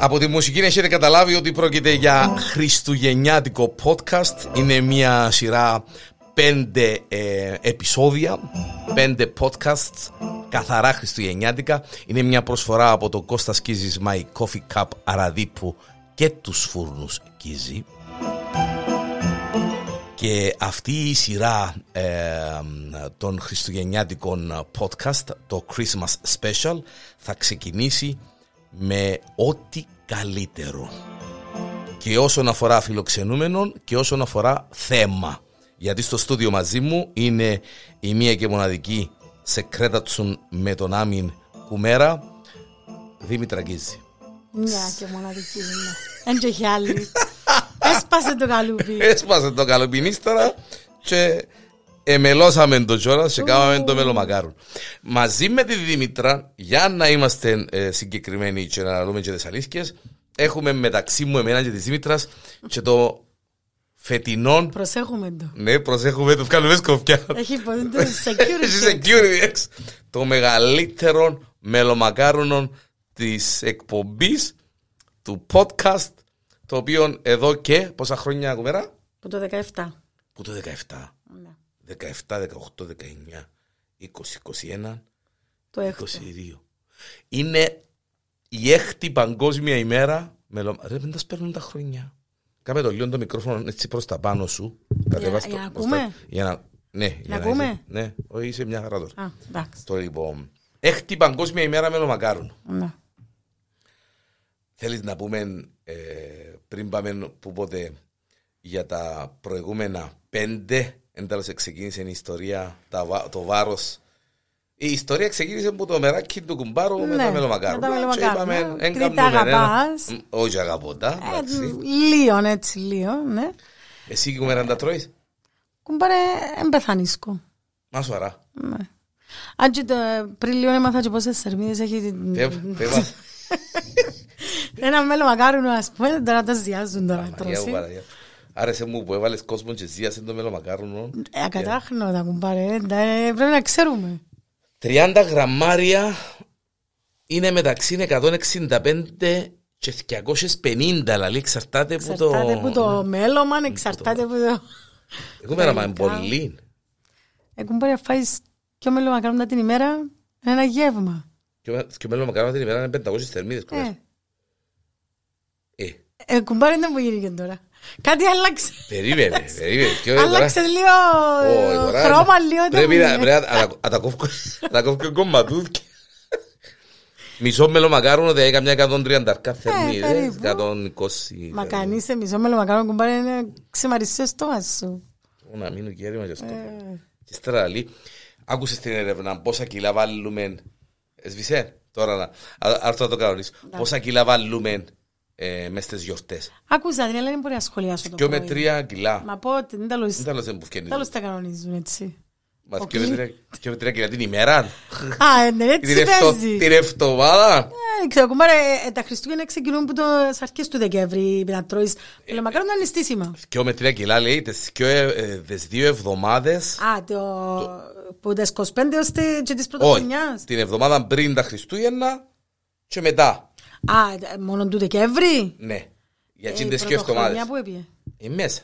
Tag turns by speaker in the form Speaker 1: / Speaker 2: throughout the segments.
Speaker 1: Από τη μουσική να έχετε καταλάβει ότι πρόκειται για χριστουγεννιάτικο podcast. Είναι μια σειρά πέντε ε, επεισόδια, πέντε podcasts, καθαρά χριστουγεννιάτικα. Είναι μια προσφορά από το Κώστα Κίζης My Coffee Cup Αραδίπου και τους φούρνους Κίζη. Και αυτή η σειρά ε, των χριστουγεννιάτικων podcast, το Christmas Special, θα ξεκινήσει με ό,τι καλύτερο. Και όσον αφορά φιλοξενούμενον και όσον αφορά θέμα. Γιατί στο στούντιο μαζί μου είναι η μία και μοναδική Σεκρέτατσουν με τον Άμιν Κουμέρα, Δήμητρα Γκίζη.
Speaker 2: Μια και μοναδική είναι. Εν και έχει άλλη. Έσπασε το καλούπι.
Speaker 1: Έσπασε το καλοπινίστερα και εμελώσαμε το κιόλας και κάναμε το μελομακάρουν. Μαζί με τη Δήμητρα, για να είμαστε ε, συγκεκριμένοι και να αναλύουμε και τις αλήθειες, έχουμε μεταξύ μου εμένα και της Δήμητρας και το φετινόν
Speaker 2: Προσέχουμε το.
Speaker 1: ναι, προσέχουμε, το βγάλουμε σκοφιά.
Speaker 2: Έχει πολύ το
Speaker 1: Έχει
Speaker 2: security.
Speaker 1: security ex. Το μεγαλύτερο μελομακάρονο της εκπομπής του podcast το οποίο εδώ και πόσα χρόνια κουβέρα
Speaker 2: Που το 17.
Speaker 1: που το 17
Speaker 2: Ναι.
Speaker 1: 17, 18, 19, 20, 21,
Speaker 2: Το έχω.
Speaker 1: 22. Είναι η έκτη παγκόσμια ημέρα. Μελο... Ρε, δεν τα σπέρνουν τα χρόνια. Κάμε το λίγο το μικρόφωνο έτσι προς τα πάνω σου. Κατεβάς
Speaker 2: για να
Speaker 1: προς
Speaker 2: ακούμε?
Speaker 1: τα- Για να... Ναι, για
Speaker 2: ακούμε?
Speaker 1: είσαι- Ναι, όχι, είσαι μια χαρά τώρα.
Speaker 2: Α, εντάξει.
Speaker 1: Το λοιπόν. Έκτη παγκόσμια ημέρα μελομακάρων.
Speaker 2: Ναι.
Speaker 1: Θέλεις να πούμε ε, πριν πάμε που πότε για τα προηγούμενα πέντε εντάλλως ξεκίνησε η ιστορία τα, βα- το βάρος η ιστορία ξεκίνησε από το μεράκι του κουμπάρου με
Speaker 2: Ναι,
Speaker 1: τα μελομακάρου.
Speaker 2: με τα μελομακάρονα.
Speaker 1: εν
Speaker 2: Κρήτα
Speaker 1: κάνουμε
Speaker 2: αγαπάς.
Speaker 1: ένα- Μ, Όχι αγαπώντα.
Speaker 2: Ε,
Speaker 1: εντάξει.
Speaker 2: Λίγο, έτσι, λίγο, ναι.
Speaker 1: Εσύ κουμπέρα τα τρώεις.
Speaker 2: Κουμπάρε, εμπεθανίσκω.
Speaker 1: Μα σου αρά.
Speaker 2: Ναι. Αν και το- πριν λίγο έμαθα και πόσες σερμίδες έχει την-
Speaker 1: Φεύγ- φεύγας.
Speaker 2: ένα μέλο μακάρουνο, ας πούμε, τώρα τα ζιάζουν τώρα. ε.
Speaker 1: Μαρία μου,
Speaker 2: τρώσει.
Speaker 1: Μαρία. Άρεσε μου που έβαλες κόσμο και ζίασε το μελομακάρονο.
Speaker 2: Ε, Ακατάχνοτα κουμπάρε, ε, τα- ε, πρέπει να ξέρουμε.
Speaker 1: 30 γραμμάρια είναι μεταξύ 165 και 250, δηλαδή εξαρτάται από το... Ναι,
Speaker 2: Εξαρτάται που το μέλωμα, εξαρτάται που το...
Speaker 1: Εγώ μέρα μα είναι
Speaker 2: Τελικά.
Speaker 1: πολύ.
Speaker 2: Ε, κουμπάρε, αν φάεις πιο μέλο μακάρουνο την ημέρα, είναι ένα γεύμα.
Speaker 1: Και ο- Και ο μέλλον μακάρονα την ημέρα είναι 500 θερμίδες.
Speaker 2: Ε,
Speaker 1: κουμπάρε. Ε,
Speaker 2: ε, κουμπάρε, δεν μου γίνεται τώρα. Κάτι άλλαξε.
Speaker 1: περίμενε, περίμενε. Ποιο είναι Ε, τώρα?
Speaker 2: Άλλαξε λίγο
Speaker 1: Ω,
Speaker 2: ε,
Speaker 1: τώρα
Speaker 2: χρώμα, λίγο. ε.
Speaker 1: Πρέπει
Speaker 2: το-
Speaker 1: να πρέπει να- να- να τα κόφω- να τα κόφω κομματούδια. Μισό μέλο μακάρονο δεν έκαμε 130 αρκά θερμίδες,
Speaker 2: Ε, περίπου.
Speaker 1: 120.
Speaker 2: Μα κανείς σε μισό μέλο μακάρουνο, κουμπάρε, είναι ξεμαριστό στόμα σου.
Speaker 1: Ω, Να μείνω και έρημα και αυτό.
Speaker 2: Ε.
Speaker 1: Και ύστερα λέει, άκουσες την έρευνα, πόσα κιλά βάλουμε, Ε, σβησέ τώρα να, α- αυτό θα το κανονίσω,
Speaker 2: Ναι.
Speaker 1: πόσα κιλά βάλουμε ε, μες στις γιορτές.
Speaker 2: Άκουσα την, αλλά δεν μπορεί να σχολιάσω το
Speaker 1: Δυο με
Speaker 2: πρωί.
Speaker 1: τρία κιλά.
Speaker 2: Μα πω, ότι δεν τα λογιστικά.
Speaker 1: Δεν τα που φκένει.
Speaker 2: Τέλος τα κανονίζουν έτσι.
Speaker 1: Μα
Speaker 2: ο
Speaker 1: δυο με
Speaker 2: κλι-
Speaker 1: τρία- δυο με τρία κιλά την ημέρα.
Speaker 2: Α, ε, ναι, έτσι
Speaker 1: Την ευτο-
Speaker 2: παίζει.
Speaker 1: Την εβδομάδα.
Speaker 2: Ε, Ξέρω, κουμπάρε, ε, τα Χριστούγεννα ξεκινούν που το στις αρχές του Δεκέμβρη να τρώεις.
Speaker 1: Ε,
Speaker 2: Λέω, μακάρι να είναι στήσιμα.
Speaker 1: Δυο με τρία κιλά λέει, τις δυο ε, ε, τις δύο εβδομάδες.
Speaker 2: Α, το... που τις 25 έως τη- και τις
Speaker 1: Όχι,
Speaker 2: πρωτοχρονιάς.
Speaker 1: την εβδομάδα πριν τα Χριστούγεννα και μετά.
Speaker 2: Α, ε, μόνο του Δεκέμβρη.
Speaker 1: Ναι, για
Speaker 2: Ε,
Speaker 1: εκείνες
Speaker 2: η
Speaker 1: τις δυο εβδομάδες.
Speaker 2: πρωτοχρονιά που έπιε.
Speaker 1: Ε, μέσα.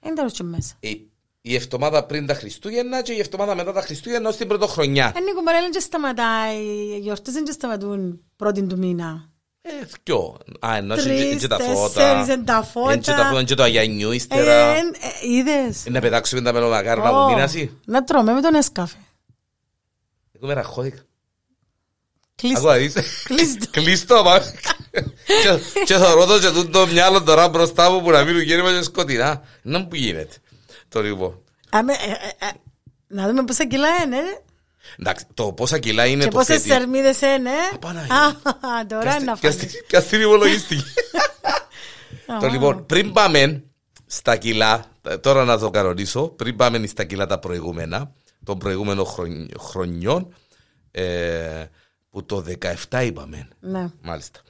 Speaker 2: Δεν τα ρωτήσω μέσα.
Speaker 1: η, η εβδομάδα πριν τα Χριστούγεννα και η εβδομάδα μετά τα Χριστούγεννα ως την πρωτοχρονιά.
Speaker 2: Αν η κουμπάρε δεν και σταματάει, οι γιορτές δεν και σταματούν πρώτη του μήνα.
Speaker 1: Ε, δυο. Α, ενώ
Speaker 2: Τρεις,
Speaker 1: και- και τα φώτα.
Speaker 2: τέσσερις, εν τα φώτα.
Speaker 1: Εν και τα φώτα, εν και το Αγιανιού
Speaker 2: Ε,
Speaker 1: ύστερα.
Speaker 2: εν- ε, Είδες.
Speaker 1: Ε, Να πετάξουμε τα μελομακάρονα
Speaker 2: Ω,
Speaker 1: που μείνασαι.
Speaker 2: Να τρώμε με τον έσκαφε.
Speaker 1: Εγώ με ραχώθηκα.
Speaker 2: Κλείστο.
Speaker 1: Ακούω, δεις.
Speaker 2: Κλείστο.
Speaker 1: Κλείστο, μα. Και- Και θωρώ το και τούτο μυαλό τώρα μπροστά μου που να μείνουν γέννημα και σκοτεινά. Να μου που γίνεται. Το λοιπόν.
Speaker 2: Άμε, ε, ε, ε, Να δούμε πόσα κιλά
Speaker 1: Ναι,
Speaker 2: είναι. ε.
Speaker 1: Εντάξει, το πόσα κιλά είναι
Speaker 2: Και
Speaker 1: το
Speaker 2: πόσες
Speaker 1: θετικό.
Speaker 2: θερμίδες είναι. ε.
Speaker 1: Απαναγία.
Speaker 2: Α,
Speaker 1: Και
Speaker 2: Τώρα
Speaker 1: αυτή-
Speaker 2: να
Speaker 1: και
Speaker 2: φάμε.
Speaker 1: αυτή- Και αυτή είναι η υπολογιστική. Το λοιπόν, πριν πάμε στα κιλά, ε, τώρα να το κανονίσω, πριν πάμε στα κιλά τα προηγούμενα, των προηγούμενων χρονι- χρονιών, ε, που το 17 είπαμε,
Speaker 2: Ναι.
Speaker 1: μάλιστα.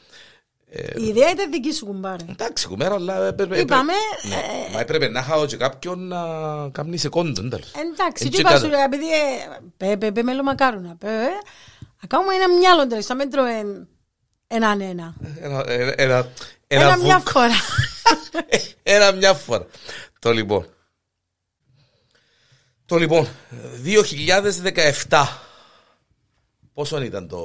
Speaker 1: Ε,
Speaker 2: Η ιδέα ήταν δική σου κουμπάρε.
Speaker 1: Εντάξει, κουμέρα, αλλά ε, έπρεπε,
Speaker 2: Είπαμε, ε,
Speaker 1: ναι, μα έπρεπε να είχα και κάποιον να κάνει σε κόντον, τέλος.
Speaker 2: Εντάξει,
Speaker 1: Έτσι
Speaker 2: και είπα
Speaker 1: κατα-
Speaker 2: σου, ρε, επειδή ε, πέ, πέ, πέ, μελομακάρουνα, πέ, ε, να κάνουμε ένα μυαλό τώρα, να μην τρώμε Έναν ένα.
Speaker 1: Ένα, ένα, ένα,
Speaker 2: Ένα μια
Speaker 1: βου-
Speaker 2: φορά.
Speaker 1: ένα μια φορά. Το λοιπόν. Το λοιπόν, 2017. Πόσο ήταν το...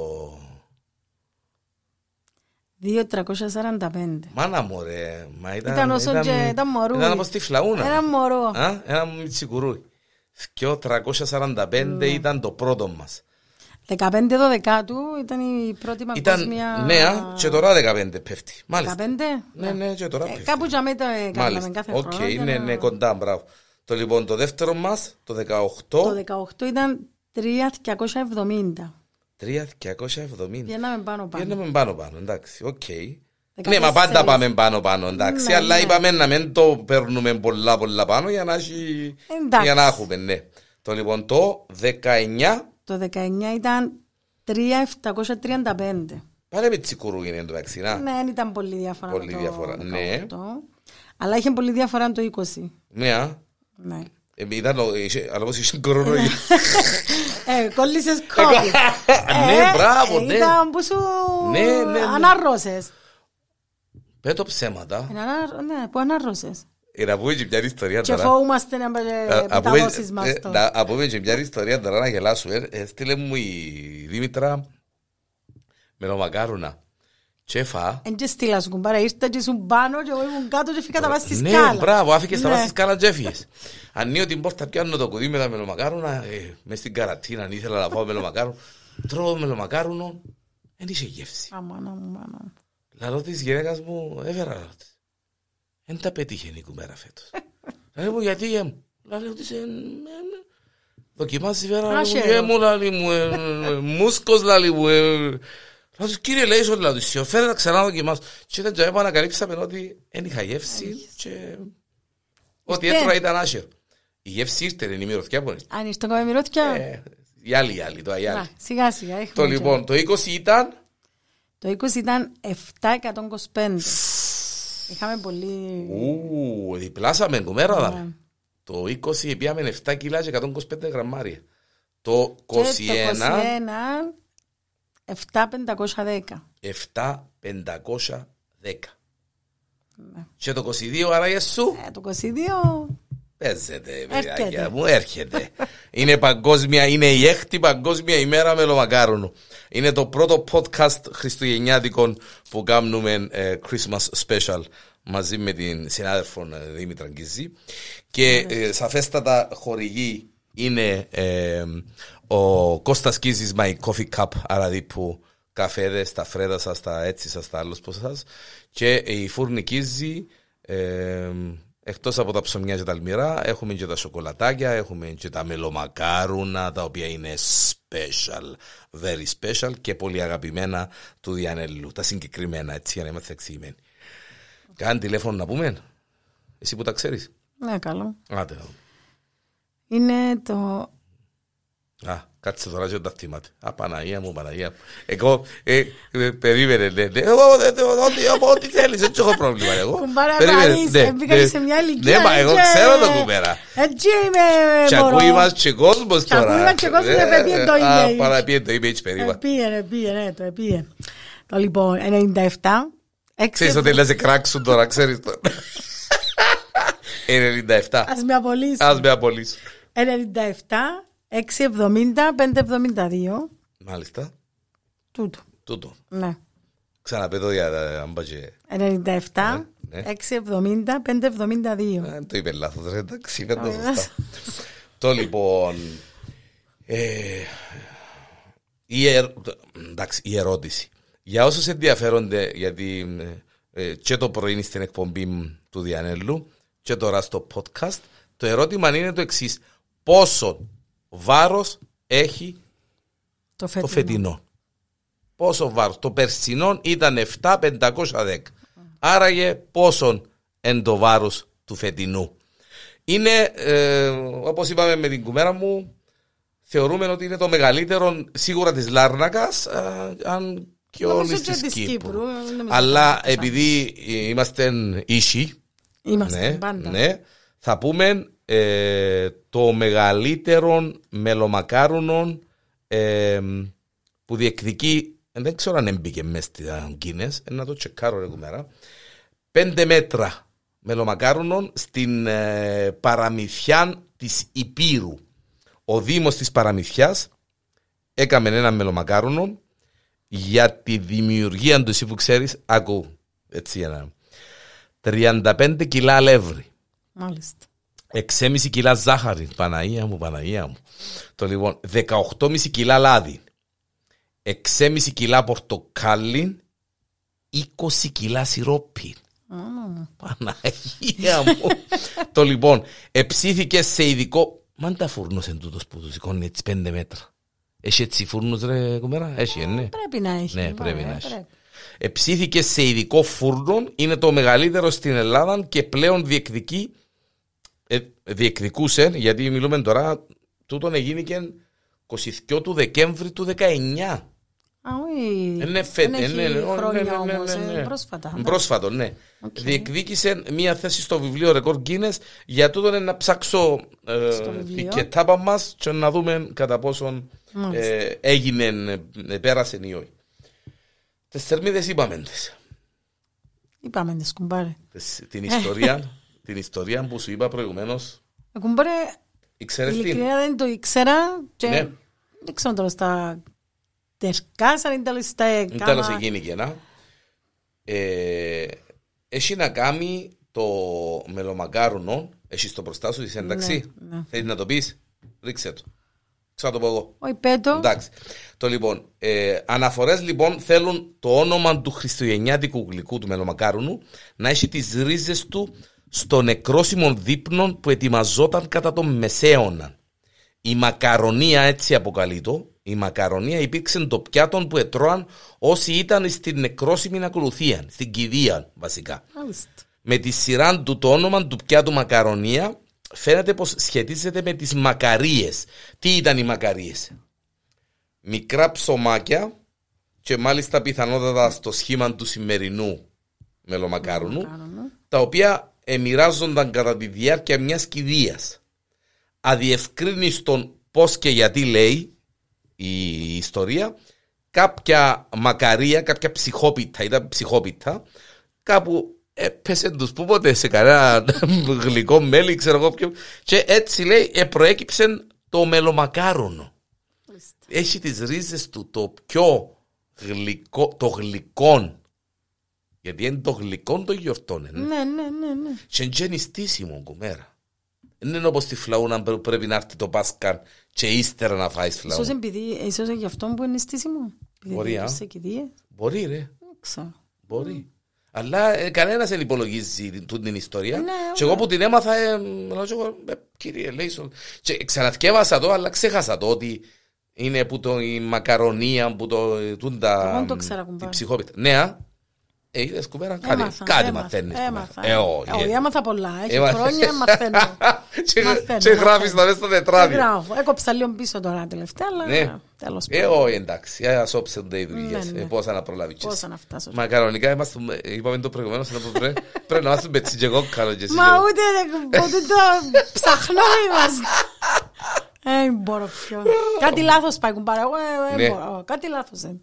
Speaker 2: 2.345.
Speaker 1: Μάνα μου ρε, μα ήταν...
Speaker 2: Ήταν όσο και- ήταν μωρούλι.
Speaker 1: Ήταν όπως τη φλαούνα.
Speaker 2: Ένα μωρό.
Speaker 1: Α, ένα μιτσικουρούι. 2345
Speaker 2: Ναι.
Speaker 1: ήταν το πρώτο μας.
Speaker 2: 15 Δεκάτου ήταν η πρώτη
Speaker 1: Ήταν
Speaker 2: παγκόσμια.
Speaker 1: νέα και τώρα 15 πέφτει. Μάλιστα.
Speaker 2: 15.
Speaker 1: Ναι, ναι, και τώρα
Speaker 2: Ε,
Speaker 1: πέφτει.
Speaker 2: Κάπου για μένα τα κάναμε
Speaker 1: Μάλιστα.
Speaker 2: κάθε
Speaker 1: Οκ,
Speaker 2: χρόνο. για
Speaker 1: ναι,
Speaker 2: να-
Speaker 1: ναι, κοντά, μπράβο. Το λοιπόν, το δεύτερο μας, το 18,
Speaker 2: Το 18 ήταν 3.270.
Speaker 1: 3.270.
Speaker 2: Βγαίναμε πάνω πάνω.
Speaker 1: Πηγαίνουμε πάνω-πάνω, εντάξει, οκ. Ναι,
Speaker 2: Δεκατέσσερις.
Speaker 1: μα πάντα πάμε πάνω-πάνω, εντάξει,
Speaker 2: Ναι,
Speaker 1: αλλά
Speaker 2: ναι.
Speaker 1: είπαμε να μην το παίρνουμε πολλά-πολλά πάνω για να, έχει-
Speaker 2: Εντάξει.
Speaker 1: για να έχουμε, ναι. Το λοιπόν, το 19,
Speaker 2: Το 19 ήταν 3.735.
Speaker 1: πάλι με τσικουρού είναι το μεταξύ, να.
Speaker 2: Ναι, δεν ήταν πολύ διαφορά.
Speaker 1: Πολύ
Speaker 2: με το
Speaker 1: διαφορά, ναι.
Speaker 2: 18. Αλλά είχε πολύ διαφορά με το 20.
Speaker 1: Ναι, α.
Speaker 2: Ναι.
Speaker 1: Ε, Ήταν, ο- είχε- αλλά όπως είχε κορονοϊό.
Speaker 2: ε, κόλλησες κόλλη.
Speaker 1: Ναι, μπράβο, ναι.
Speaker 2: Ήταν που σου
Speaker 1: Ναι, ναι, ναι.
Speaker 2: ανάρρωσες.
Speaker 1: Πέτω ψέματα.
Speaker 2: Είναι ανάρ- Ναι, που ανάρρωσες.
Speaker 1: Ε, να πούμε και μια ιστορία
Speaker 2: Και
Speaker 1: τώρα.
Speaker 2: φοβούμαστε να
Speaker 1: Α,
Speaker 2: πε-
Speaker 1: α, πούμε,
Speaker 2: μεταδώσεις μας
Speaker 1: ε,
Speaker 2: το.
Speaker 1: να- Να πούμε και μια ιστορία τώρα να γελάσουμε. Ε, Στείλε μου η Δήμητρα με το μακάρουνα. Τσέφα.
Speaker 2: Εν και στείλα σου κουμπάρα, ήρθα και ήσουν πάνω και εγώ ήμουν κάτω και φύγα τα βάση στη
Speaker 1: Ναι,
Speaker 2: σκάλας.
Speaker 1: μπράβο, άφηκες τα
Speaker 2: Ναι.
Speaker 1: βάση στη σκάλας και έφυγες. Ανοίγω την πόρτα, πιάνω το κουδί με τα μελομακάρουνα. Ε, μες στην καρατίνα, αν ήθελα να φάω μελομακάρουνο. Τρώω μελομακάρουνο, δεν είχε γεύση.
Speaker 2: Αμάνα μου, αμάνα μου.
Speaker 1: Λαλό της γυναίκας μου, έφερα λαλό της. Εν τα πετύχε η κουμέρα φέτος. Λαλή μου, γιατί γε μου. Λαλή της, «Ε, ε, ε, δοκιμάζει βέρα, λαλή μου,
Speaker 2: Άσε
Speaker 1: γε
Speaker 2: εδώ.
Speaker 1: μου, λαλή μου, ε, ε, ε, μουσκος, λαλή μου. ε, ε». Λαλή της, κύριε, λέει σου, λαλή της, φέρε να ξανά δοκιμάσω. Και ήταν τζαμί που ανακαλύψαμε ότι δεν είχα γεύση και ότι
Speaker 2: Ήρθε.
Speaker 1: έτρωα ήταν άσχερο. Η γεύση ήρθε, είναι η μυρωδιά που ήρθε.
Speaker 2: Αν ήρθε κομμεμυρώθηκια,
Speaker 1: Ε, Η άλλη, η άλλη, το η άλλη.
Speaker 2: σιγά σιγά έχουμε.
Speaker 1: Το
Speaker 2: και-
Speaker 1: λοιπόν, το 20 ήταν...
Speaker 2: Το 20 ήταν 725. Είχαμε πολύ...
Speaker 1: Ου, διπλάσαμε κουμέρα,
Speaker 2: Ναι.
Speaker 1: δάμε. Το 20 πήγαμε 7 κιλά και 125 γραμμάρια. Το
Speaker 2: Και
Speaker 1: 21,
Speaker 2: το 21, 7.510.
Speaker 1: 7,510. Και το 22, άραγε σου,
Speaker 2: Ε, Το 22,
Speaker 1: παίζεται,
Speaker 2: Έρχεται.
Speaker 1: παιδιά μου, έρχεται. είναι παγκόσμια, είναι η έκτη παγκόσμια ημέρα μελομακάρονου. Είναι το πρώτο podcast χριστουγεννιάτικων που κάνουμε ε, Christmas special μαζί με την συνάδελφο ε, Δήμητρα Γκυζή. Και ε, σαφέστατα χορηγή είναι ε, ο Κώστας Κίζης My Coffee Cup, δηλαδή που καφέδες, τα φρέτα σας, τα έτσι σας, τα άλλους πώς σας. Και η φούρνη Κίζη, ε, εκτός από τα ψωμιά και τα αλμυρά, έχουμε και τα σοκολατάκια, έχουμε και τα μελομακάρουνα, τα οποία είναι special, very special και πολύ αγαπημένα του Διανέλου. Τα συγκεκριμένα, έτσι, για να είμαστε εξηγημένοι. Κάνε τηλέφωνο να πούμε, εσύ που τα ξέρεις.
Speaker 2: ναι καλό.
Speaker 1: Άντε να δούμε.
Speaker 2: Είναι το...
Speaker 1: Α, κάτσε τώρα και τα θυμάται. Α, Παναγία μου, Παναγία μου. Εγώ, ε, ε, περίμενε, ναι, ναι. Εγώ, δεν- δεν- ό,τι- ό, ό,τι θέλεις, δεν έχω πρόβλημα εγώ.
Speaker 2: Κουμπάρα
Speaker 1: Περίμενε,
Speaker 2: παρείς,
Speaker 1: ναι, ναι.
Speaker 2: μπήκαμε σε μια ηλικία.
Speaker 1: Ναι, μα εγώ
Speaker 2: έτσι,
Speaker 1: ξέρω τα
Speaker 2: ε,
Speaker 1: κουμπέρα.
Speaker 2: Έτσι είμαι,
Speaker 1: Και
Speaker 2: μωρό.
Speaker 1: ακούει μας και κόσμος
Speaker 2: Και
Speaker 1: τώρα.
Speaker 2: Ε, ακούει μας και κόσμος,
Speaker 1: Ε,
Speaker 2: ρε, παιδί, το
Speaker 1: Α,
Speaker 2: image.
Speaker 1: παραπεί το image περίπου.
Speaker 2: Επίε, επίε, ναι, Ε, το επίε. Το λοιπόν, 97, 6,
Speaker 1: Ξέρεις ότι λες κράξουν τώρα, ξέρεις το. 97.
Speaker 2: ας με απολύσουν.
Speaker 1: Ας με απολύσουν.
Speaker 2: 97, 670, 572,
Speaker 1: Μάλιστα,
Speaker 2: τούτο,
Speaker 1: τούτο.
Speaker 2: ναι.
Speaker 1: Ξαναπέτω για ε, τα άμπατζε.
Speaker 2: 97,
Speaker 1: Ναι, ναι.
Speaker 2: 670, 572.
Speaker 1: Ε, Το είπε λάθος, ρε, εντάξει, είπε το σωστά. Το λοιπόν. ε, η, ερ- εντάξει, η ερώτηση. Για όσους ενδιαφέρονται, γιατί ε, και το πρωί στην εκπομπή του Διανέλου και τώρα στο podcast, το ερώτημα είναι το εξής. Πόσο βάρος έχει
Speaker 2: Το
Speaker 1: το
Speaker 2: φετινό.
Speaker 1: φετινό. Πόσο βάρος. Το περσινό ήταν 7,510. Άραγε πόσο εν το βάρος του φετινού. Είναι, ε, όπως είπαμε με την κουμέρα μου, θεωρούμε ότι είναι το μεγαλύτερο σίγουρα της Λάρνακας, αν και
Speaker 2: Νομίζω
Speaker 1: όλη
Speaker 2: και
Speaker 1: της
Speaker 2: της
Speaker 1: Κύπρου.
Speaker 2: Κύπρου, ε, νομίζω
Speaker 1: Αλλά
Speaker 2: ότι
Speaker 1: επειδή είμαστε ίσοι,
Speaker 2: Είμαστε
Speaker 1: ναι,
Speaker 2: πάντα.
Speaker 1: ναι, θα πούμε ε, το μεγαλύτερο μελομακάρουνο ε, που διεκδικεί Ε, Δεν ξέρω αν έμπηκε μέσα στην Guinness, ε, να το τσεκάρω ρε κουμέρα. Πέντε μέτρα μελομακάρονων στην ε, παραμυθιά της Υπήρου. Ο Δήμος της Παραμυθιάς έκαμε ένα μελομακάρονο για τη δημιουργία του, εσύ που ξέρεις, άκου, έτσι ένα, 35 κιλά αλεύρι.
Speaker 2: Μάλιστα.
Speaker 1: 6,5 κιλά ζάχαρη. Παναγία μου, Παναγία μου. Το λοιπόν, 18,5 κιλά λάδι. 6,5 κιλά πορτοκάλι. 20 κιλά σιρόπι.
Speaker 2: ναι,
Speaker 1: Παναγία μου. το λοιπόν, εψήθηκε σε ειδικό. Μα είναι τα φούρνο εν τούτος που τους σηκώνει έτσι 5 μέτρα. Έχει έτσι φούρνο, ρε κουμέρα. Έχει, ε, ναι.
Speaker 2: Πρέπει να έχει.
Speaker 1: Ναι,
Speaker 2: λοιπόν,
Speaker 1: πρέπει
Speaker 2: ε,
Speaker 1: να έχει. Εψήθηκε σε ειδικό φούρνο, είναι το μεγαλύτερο στην Ελλάδα και πλέον διεκδικεί, ε, διεκδικούσε, γιατί μιλούμε τώρα, τούτον εγίνηκε 22 του Δεκέμβρη του 19.
Speaker 2: Α, όχι.
Speaker 1: Είναι φέτ,
Speaker 2: Δεν έχει
Speaker 1: ναι, ναι,
Speaker 2: χρόνια
Speaker 1: ναι, ναι,
Speaker 2: όμως,
Speaker 1: ναι,
Speaker 2: ε,
Speaker 1: ναι.
Speaker 2: πρόσφατα.
Speaker 1: Πρόσφατο, ναι. Διεκδίκησε μία θέση στο βιβλίο ρεκόρ Guinness. Για τούτον είναι να ψάξω ε,
Speaker 2: Στο βιβλίο.
Speaker 1: η κετάπα μας και να δούμε κατά πόσον
Speaker 2: Μάλιστα.
Speaker 1: ε, έγινε, ε, πέρασε ή όχι. Τι θερμίδε είπαμε τις.
Speaker 2: Είπαμε ναι, σκουμπάρε.
Speaker 1: Τις- την ιστορία, την ιστορία που σου είπα προηγουμένως.
Speaker 2: Ε, Κουμπάρε,
Speaker 1: Ήξερε την.
Speaker 2: ειλικρινά δεν το ήξερα και
Speaker 1: Ε, Ναι.
Speaker 2: δεν ξέρω τώρα στα τερκάς, αν είναι τέλος στα εκάμα.
Speaker 1: Τέλο εκείνη και ένα. Ε, έχει να κάνει το μελομακάρουνο. Έχεις το μπροστά σου τη σύνταξη.
Speaker 2: Ναι, ναι.
Speaker 1: Θέλεις να το πεις. Ρίξε το. Ξέρω να το πω εγώ.
Speaker 2: Όχι πέτο.
Speaker 1: Εντάξει. Το λοιπόν, ε, αναφορές λοιπόν θέλουν το όνομα του χριστουγεννιάτικου γλυκού του μελομακάρουνου να έχει τις ρίζες του στο νεκρόσιμο δείπνο που ετοιμαζόταν κατά τον Μεσαίωνα. Η μακαρονία, έτσι αποκαλείται, η μακαρονία υπήρξε το πιάτο που ετρώαν όσοι ήταν στην νεκρόσιμη ακολουθία, στην κηδεία βασικά.
Speaker 2: Μάλιστα.
Speaker 1: Με τη σειρά του το όνομα του πιάτου μακαρονία φαίνεται πως σχετίζεται με τις μακαρίες. Τι ήταν οι μακαρίες? Μικρά ψωμάκια και μάλιστα πιθανότατα στο σχήμα του σημερινού μελομακάρονου
Speaker 2: Κάνω,
Speaker 1: τα οποία εμοιράζονταν κατά τη διάρκεια μιας κηδείας. Αδιευκρίνιστον πώς και γιατί λέει η ιστορία, κάποια μακαρία, κάποια ψυχόπιτα, ήταν ψυχόπιτα, κάπου έπεσε τους που ποτέ σε κανένα γλυκό μέλι, ξέρω εγώ ποιο, και έτσι λέει ε, προέκυψε το μελομακάρονο.
Speaker 2: Μάλιστα.
Speaker 1: Έχει τις ρίζες του το πιο γλυκό, το γλυκόν. Γιατί είναι το γλυκόν το γιορτών, ναι.
Speaker 2: Ναι, ναι, ναι, ναι.
Speaker 1: Και είναι στήσιμο κουμέρα. Δεν είναι όπως τη φλαούνα που πρέπει να έρθει το Πάσχα και ύστερα να φάεις
Speaker 2: Ίσως
Speaker 1: φλαούνα.
Speaker 2: επειδή, ίσως γι' αυτό που είναι στήσιμο. Επειδή
Speaker 1: Μπορεί,
Speaker 2: δεν
Speaker 1: α.
Speaker 2: σε κηδείες.
Speaker 1: Μπορεί ρε,
Speaker 2: Δεν ξέρω.
Speaker 1: μπορεί. Αλλά ε, κανένας δεν υπολογίζει την- τούτη την ιστορία.
Speaker 2: Ναι,
Speaker 1: και εγώ που την έμαθα, ε, λέω και εγώ, ε, κύριε Λέισον. Και ξαναθιέβασα το, αλλά ξέχασα το ότι είναι που το, η μακαρονία, που το, ε, τούν τα,
Speaker 2: Εγώ δεν το ξέρα, κουμπάρε.
Speaker 1: η ψυχόπιτα. Ναι, α. ε, είδες κουμέρα, κάτι,
Speaker 2: Έμαθα,
Speaker 1: κάτι
Speaker 2: έμαθα,
Speaker 1: μαθαίνεις. κουμέρα.
Speaker 2: Έμαθα.
Speaker 1: Ε, όχι,
Speaker 2: Όχι,
Speaker 1: ε.
Speaker 2: έμαθα πολλά. Έχει
Speaker 1: Έμαθα.
Speaker 2: χρόνια μαθαίνω.
Speaker 1: Και-
Speaker 2: Μαθαίνω,
Speaker 1: Και γράφεις
Speaker 2: μαθαίνω.
Speaker 1: τα μέσα στο
Speaker 2: Δεν
Speaker 1: τετράδι.
Speaker 2: γράφω. Έκοψα λίγο πίσω τώρα τελευταία,
Speaker 1: Ναι.
Speaker 2: αλλά τέλος
Speaker 1: Ε,
Speaker 2: πάντων.
Speaker 1: όχι, εντάξει, ας όψονται οι δουλειές,
Speaker 2: Ναι, ναι.
Speaker 1: ε, πόσα να προλάβεις.
Speaker 2: Πόσα να φτάσω.
Speaker 1: Μακαρονικά είμαστε, ε, είπαμε το προηγουμένω, πρέπει, πρέπει να είμαστε μπετσι και κόκκαλο και εσύ.
Speaker 2: Μα ούτε ούτε το ψαχνό είμαστε. Ε, Δεν μπορώ πιο. Κάτι λάθος πάει κουμπάρα. Εγώ, ε, ε,
Speaker 1: Ναι.
Speaker 2: μπορώ. Κάτι λάθος είναι.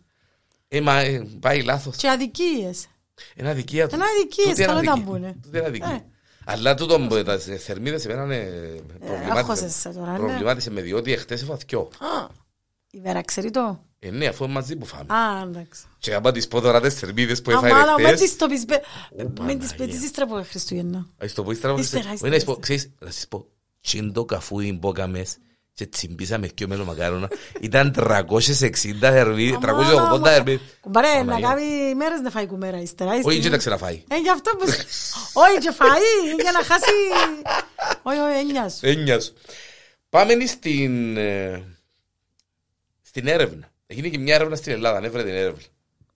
Speaker 1: Ε, μα, ε, πάει λάθος.
Speaker 2: Και αδικίες.
Speaker 1: Είναι αδικία του.
Speaker 2: Είναι αδικίες,
Speaker 1: Τούτη είναι
Speaker 2: καλά τα
Speaker 1: αδική.
Speaker 2: μπούνε.
Speaker 1: Τούτη είναι αδική.
Speaker 2: Ε.
Speaker 1: Αλλά τούτο με τα θερμίδες εμένα ε, προβλημάτισε,
Speaker 2: άγχωσες τώρα, ναι.
Speaker 1: προβλημάτισε με διότι εχθές εφαθιό.
Speaker 2: Α, Η Βέρα ξέρει το.
Speaker 1: Ε, ναι, αφού είναι μαζί που φάμε.
Speaker 2: Α, εντάξει.
Speaker 1: Και άμα της πω τώρα τις θερμίδες που έφαγε
Speaker 2: Αμάνα, με
Speaker 1: εχθές,
Speaker 2: τις το πεις. Με
Speaker 1: Παναγία.
Speaker 2: τις πέτεις ύστερα από Χριστούγεννα.
Speaker 1: ας το πω ύστερα,
Speaker 2: Ύστερα,
Speaker 1: όχι,
Speaker 2: ύστερα,
Speaker 1: να σας πω,
Speaker 2: ύστερα.
Speaker 1: ξέρεις, να σας πω, τσιντο καφούι μπόκαμες και τσιμπήσαμε και μέλος μακάρονα. Ήταν 360 θερμίδες, 380 θερμίδες.
Speaker 2: Κουμπάρε, ε, να
Speaker 1: Παναγία.
Speaker 2: κάνει μέρες να φάει κουμέρα ύστερα.
Speaker 1: Όχι,
Speaker 2: ύστερα.
Speaker 1: και τα ξαναφάει.
Speaker 2: Ε, γι' αυτό που... Όχι, και φαΐ, για να χάσει... Όχι, όχι, έννοιας σου.
Speaker 1: Έννοια σου. Πάμε στην, ε, στην έρευνα. Έγινε και μια έρευνα στην Ελλάδα, έφερε την έρευνα.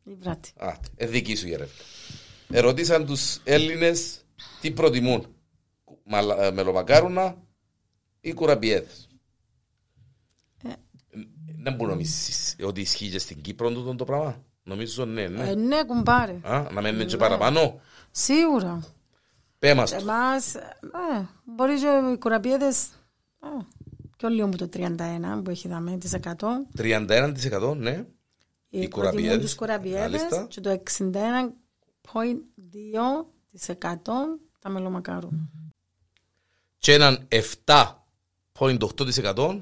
Speaker 2: Η βράτη.
Speaker 1: Α, ε, δική σου η έρευνα. Ερωτήσαν τους Έλληνες τι προτιμούν, μαλα- ε, μελομακάρουνα ή κουραμπιέδες. Δεν μπορεί να νομίζεις ότι ισχύει και στην Κύπρο τούτο το πράγμα. Νομίζω ναι, ναι.
Speaker 2: Ε, ναι, κουμπάρε.
Speaker 1: Α, να μένουν και παραπάνω.
Speaker 2: Σίγουρα.
Speaker 1: Πέ μας το.
Speaker 2: Εμάς, ε, μπορεί και οι κουραμπιέδες... Ε, και όλοι μου το 31 που έχει δάμε, τις 100.
Speaker 1: 31% ναι. Οι
Speaker 2: ε, προτιμούν
Speaker 1: κουραμπιέδες.
Speaker 2: τους κουραμπιέδες
Speaker 1: Μάλιστα.
Speaker 2: και το 61,2% τα μελομακάρονα.
Speaker 1: Και έναν 7.8%
Speaker 2: Το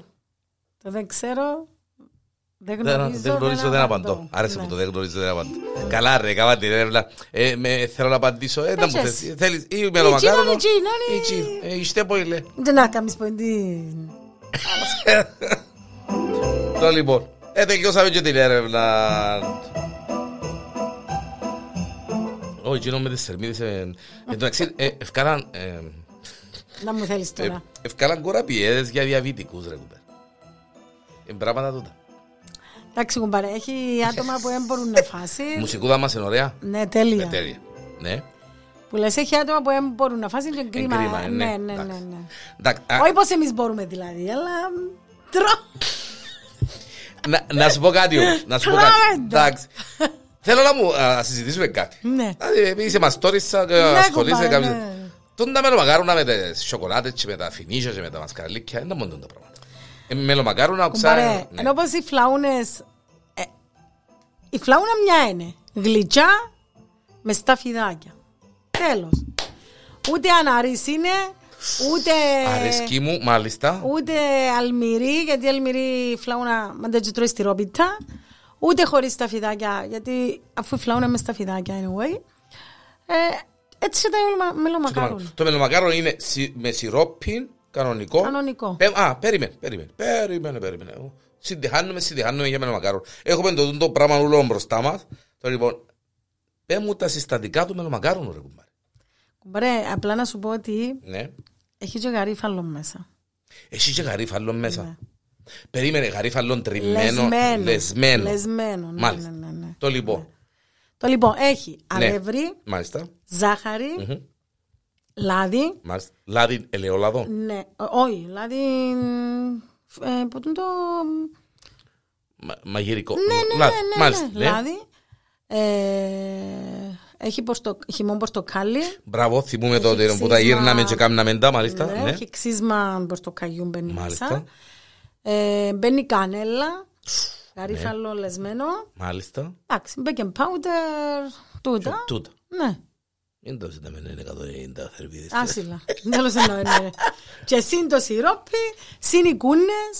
Speaker 2: δεν ξέρω, δεν
Speaker 1: δεν,
Speaker 2: γνωρίζω,
Speaker 1: δεν γνωρίζω, δεν απαντώ. Άρεσε
Speaker 2: Ναι.
Speaker 1: μου το δεν γνωρίζω, δεν απαντώ. Καλά ρε, καλά την έρευνα. Ε, με- Θέλω να απαντήσω. Ε, να μου
Speaker 2: Έχεις.
Speaker 1: θες. Θέλεις ή μελομακάρονο.
Speaker 2: Η Gina, η
Speaker 1: Η Gina. Ε, Είστε πολύ.
Speaker 2: Δεν να κάνεις ποντή.
Speaker 1: Το λοιπόν. Ε, τελειώσαμε και την έρευνα. Όχι, γίνω με τις θερμίδες. ε, Εν τω μεταξύ, ε, ευκάλαν... ε,
Speaker 2: Να μου θέλεις τώρα.
Speaker 1: ε, Ευκάλαν κουραμπιέδες για διαβητικούς, ρε κουμπέρ. Ε, πράγματα τούτα.
Speaker 2: Εντάξει, κουμπάρε, έχει άτομα που δεν μπορούν να φάσεις.
Speaker 1: Μουσικούδα μας είναι ωραία.
Speaker 2: Ναι,
Speaker 1: Ε,
Speaker 2: τέλεια.
Speaker 1: Τέλεια. Ναι.
Speaker 2: Που λες, έχει άτομα που δεν μπορούν να φάσεις και κρίμα.
Speaker 1: κρίμα, ε, ναι,
Speaker 2: Ναι, ναι, ναι.
Speaker 1: εντάξει.
Speaker 2: ναι.
Speaker 1: Εντάξει, α,
Speaker 2: Όχι πως εμείς μπορούμε δηλαδή, αλλά... Τρώμε.
Speaker 1: να- Να σου πω κάτι όμως. Να σου πω
Speaker 2: Καλά,
Speaker 1: κάτι.
Speaker 2: εντάξει.
Speaker 1: Εντάξει. Θέλω να μου α, συζητήσουμε κάτι.
Speaker 2: Ναι.
Speaker 1: Δηλαδή, είσαι μαστόρισα,
Speaker 2: Ναι,
Speaker 1: ασχολείσαι
Speaker 2: κουμπάρε,
Speaker 1: κάποιος.
Speaker 2: ναι.
Speaker 1: Τον τα μελομακάρουνα με τις σοκολάτες και με τα φινίσια και με τα μασκαρλίκια, είναι μόνο τα πράγματα. Ε, Μελομακάρουνα,
Speaker 2: Κουμπάρε,
Speaker 1: ξά... ναι.
Speaker 2: ενώ πως οι φλαούνες... ε, η φλαούνα μια είναι. Γλυκιά με σταφιδάκια. Τέλος. Ούτε ανάρις είναι, ούτε...
Speaker 1: ναι. Αρέσκει μου, μάλιστα.
Speaker 2: Ούτε αλμυρί, γιατί η αλμυρί φλαούνα μα δεν τρώει στη ρόπιτα. Ούτε χωρίς τα φιδάκια, γιατί αφού η φλαούνα με στα φιδάκια, anyway. Ε, έτσι τα όλα μελομακάρονα.
Speaker 1: Το μελομακάρονο είναι σι- με σιρόπι, κανονικό.
Speaker 2: Κανονικό.
Speaker 1: Ε, α, περίμενε, περίμενε, περίμενε, περίμενε. Συντεχάνουμε, συντεχάνουμε για μελομακάρονο. Έχουμε το, το πράγμα όλο μπροστά μας. Τώρα λοιπόν, πέ μου τα συστατικά του μελομακάρονου, ρε κουμπάρε.
Speaker 2: Μπρε, απλά να σου πω ότι
Speaker 1: Ναι.
Speaker 2: έχει και γαρίφαλο μέσα.
Speaker 1: Εσύ και γαρίφαλο
Speaker 2: Ναι.
Speaker 1: μέσα. Περίμενε γαρίφαλο τριμμένο,
Speaker 2: Λεσμένο.
Speaker 1: λεσμένο.
Speaker 2: Λεσμένο, ναι,
Speaker 1: Μάλιστα.
Speaker 2: ναι, ναι, ναι.
Speaker 1: Το λοιπόν.
Speaker 2: Το λοιπόν, έχει
Speaker 1: Ναι.
Speaker 2: αλεύρι,
Speaker 1: Μάλιστα.
Speaker 2: ζάχαρη,
Speaker 1: Μμμ.
Speaker 2: λάδι.
Speaker 1: Μάλιστα. Λάδι ελαιόλαδο.
Speaker 2: Ναι, ό- όχι, λάδι. Ε, πού το.
Speaker 1: Μα- Μαγειρικό.
Speaker 2: Ναι, ναι,
Speaker 1: Λάδι.
Speaker 2: ναι, ναι,
Speaker 1: Μάλιστα.
Speaker 2: ναι.
Speaker 1: ναι.
Speaker 2: Λάδι. Ε, έχει πορτο, χυμό πορτοκάλι.
Speaker 1: Μπράβο, θυμούμε τότε
Speaker 2: Έχει
Speaker 1: που τα
Speaker 2: ξύσμα.
Speaker 1: γύρναμε και κάναμε τα, μάλιστα.
Speaker 2: Ναι,
Speaker 1: ναι.
Speaker 2: Έχει ξύσμα πορτοκαλιού μπαίνει
Speaker 1: Μάλιστα.
Speaker 2: μέσα. Ε, μπαίνει κανέλα. Γαρίφαλο
Speaker 1: ναι.
Speaker 2: λεσμένο.
Speaker 1: Μάλιστα.
Speaker 2: Εντάξει, baking powder.
Speaker 1: Και
Speaker 2: Τούτα.
Speaker 1: Τούτα.
Speaker 2: Ναι,
Speaker 1: Μην το ζητάμε 190 θερμίδες.
Speaker 2: άσυλα. Τέλος εννοώ. ναι. Και συν το σιρόπι, συν οι κούνες.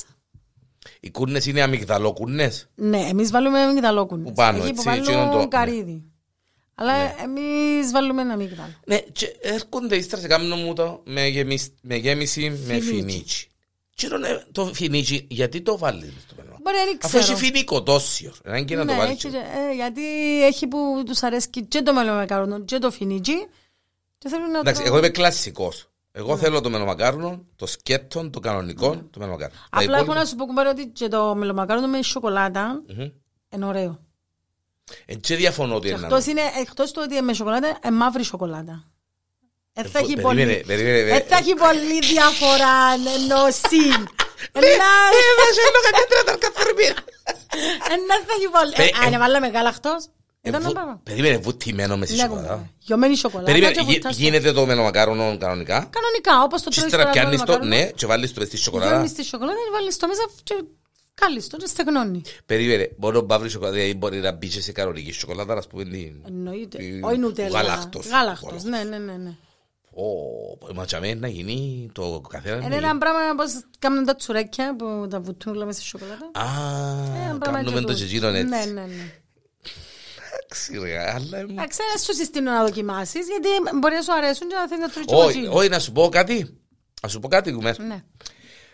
Speaker 1: Οι κούρνες είναι αμυγδαλοκούρνες.
Speaker 2: Ναι, εμείς βάλουμε αμυγδαλόκουνες.
Speaker 1: Που πάνω,
Speaker 2: Εκεί που
Speaker 1: έτσι, εκείνον το- ναι.
Speaker 2: βάλουν καρύδι. Αλλά εμείς βάλουμε ένα αμύγδαλο.
Speaker 1: Ναι, και έρχονται ύστερα σε κάμνο μου το με, γεμισ- με γέμιση με
Speaker 2: Φινίκι.
Speaker 1: φινίτσι. Τι είναι ναι, το φινίτσι, γιατί το βάλεις μες στο μενού.
Speaker 2: Μπορεί να ρίξει.
Speaker 1: Αφού έχει φινίκο τόσο. Να και να το
Speaker 2: Ναι,
Speaker 1: βάλεις.
Speaker 2: έτσι, ε, γιατί έχει που τους αρέσει και το μελομακάρονο και το φινίτζι και θέλουν να
Speaker 1: Εντάξει,
Speaker 2: το...
Speaker 1: εγώ είμαι κλασικός.
Speaker 2: Ναι.
Speaker 1: Εγώ θέλω το μελομακάρονο, το σκέτο, το κανονικό, το μελομακάρονο. Τα
Speaker 2: Απλά έχω
Speaker 1: υπόλοιπα-
Speaker 2: να σου πω κουμπάρε ότι και το μελομακάρονο με σοκολάτα
Speaker 1: Μμμ.
Speaker 2: είναι ωραίο.
Speaker 1: Ε, και διαφωνώ ότι
Speaker 2: Και
Speaker 1: είναι
Speaker 2: Εκτός, είναι, εκτός του ότι είναι με σοκολάτα, είναι μαύρη σοκολάτα. Δεν θα
Speaker 1: Ε,
Speaker 2: έχει
Speaker 1: περίμενε,
Speaker 2: πολύ-
Speaker 1: περίμενε, ε,
Speaker 2: δεν θα
Speaker 1: περίμενε.
Speaker 2: έχει πολύ διαφορά ναι, ενώ συν.
Speaker 1: Ε, βάζω ένα κατέτρα, τα καθαρμία.
Speaker 2: Δεν θα έχει πολύ. Ε,
Speaker 1: Ε,
Speaker 2: Αν
Speaker 1: ε,
Speaker 2: έβαλαμε γαλακτός,
Speaker 1: Ε,
Speaker 2: ήταν ένα
Speaker 1: βου-
Speaker 2: πράγμα.
Speaker 1: Περίμενε, βουτυμένο μες στη
Speaker 2: Ναι,
Speaker 1: σοκολάτα.
Speaker 2: κουμπάρε. Γιωμένη σοκολάτα
Speaker 1: Περίμενε,
Speaker 2: και
Speaker 1: γι-
Speaker 2: βουτάς το-
Speaker 1: γίνεται το μελομακάρονο κανονικά.
Speaker 2: Κανονικά, όπως το
Speaker 1: Και
Speaker 2: τρώεις
Speaker 1: ύστερα
Speaker 2: τώρα
Speaker 1: πιάνεις το,
Speaker 2: μελομακάρονο.
Speaker 1: ναι, και βάλεις το μες στη
Speaker 2: Γιώνεις
Speaker 1: σοκολάτα.
Speaker 2: τη σοκολάτα και βάλεις το μέσα και κάλεις το και στεγνώνει.
Speaker 1: Περίμενε, μόνο μαύρη σοκολάτα, δηλαδή μπορεί να μπει και σε κανονική σοκολάτα, ας πούμε. την-
Speaker 2: Ε, Εννοείται.
Speaker 1: την-
Speaker 2: Όχι νουτέλα.
Speaker 1: Ε, Γάλακτος.
Speaker 2: Γάλακτος, ναι, ναι, ναι. ναι.
Speaker 1: Ω, πω, ματσαμέ να γίνει το καθένα. να
Speaker 2: Είναι Ε, ένα πράγμα όπως κάνουν τα τσουρέκια που τα βουτούν όλα μέσα στη σοκολάτα. Ε,
Speaker 1: γίνει.
Speaker 2: Ένα
Speaker 1: Α,
Speaker 2: πράγμα
Speaker 1: κάνουμε το
Speaker 2: και τούτο.
Speaker 1: τζετζίνο
Speaker 2: Ναι,
Speaker 1: έτσι.
Speaker 2: ναι, ναι.
Speaker 1: Εντάξει ρε, αλλά... ε,
Speaker 2: Εντάξει, δεν σου συστήνω να δοκιμάσεις, γιατί μπορεί να σου αρέσουν και να θέλεις να τρώεις και
Speaker 1: Όχι,
Speaker 2: μαζί.
Speaker 1: όχι, να σου πω κάτι. Να σου πω κάτι, Γκουμέρ.
Speaker 2: Ναι,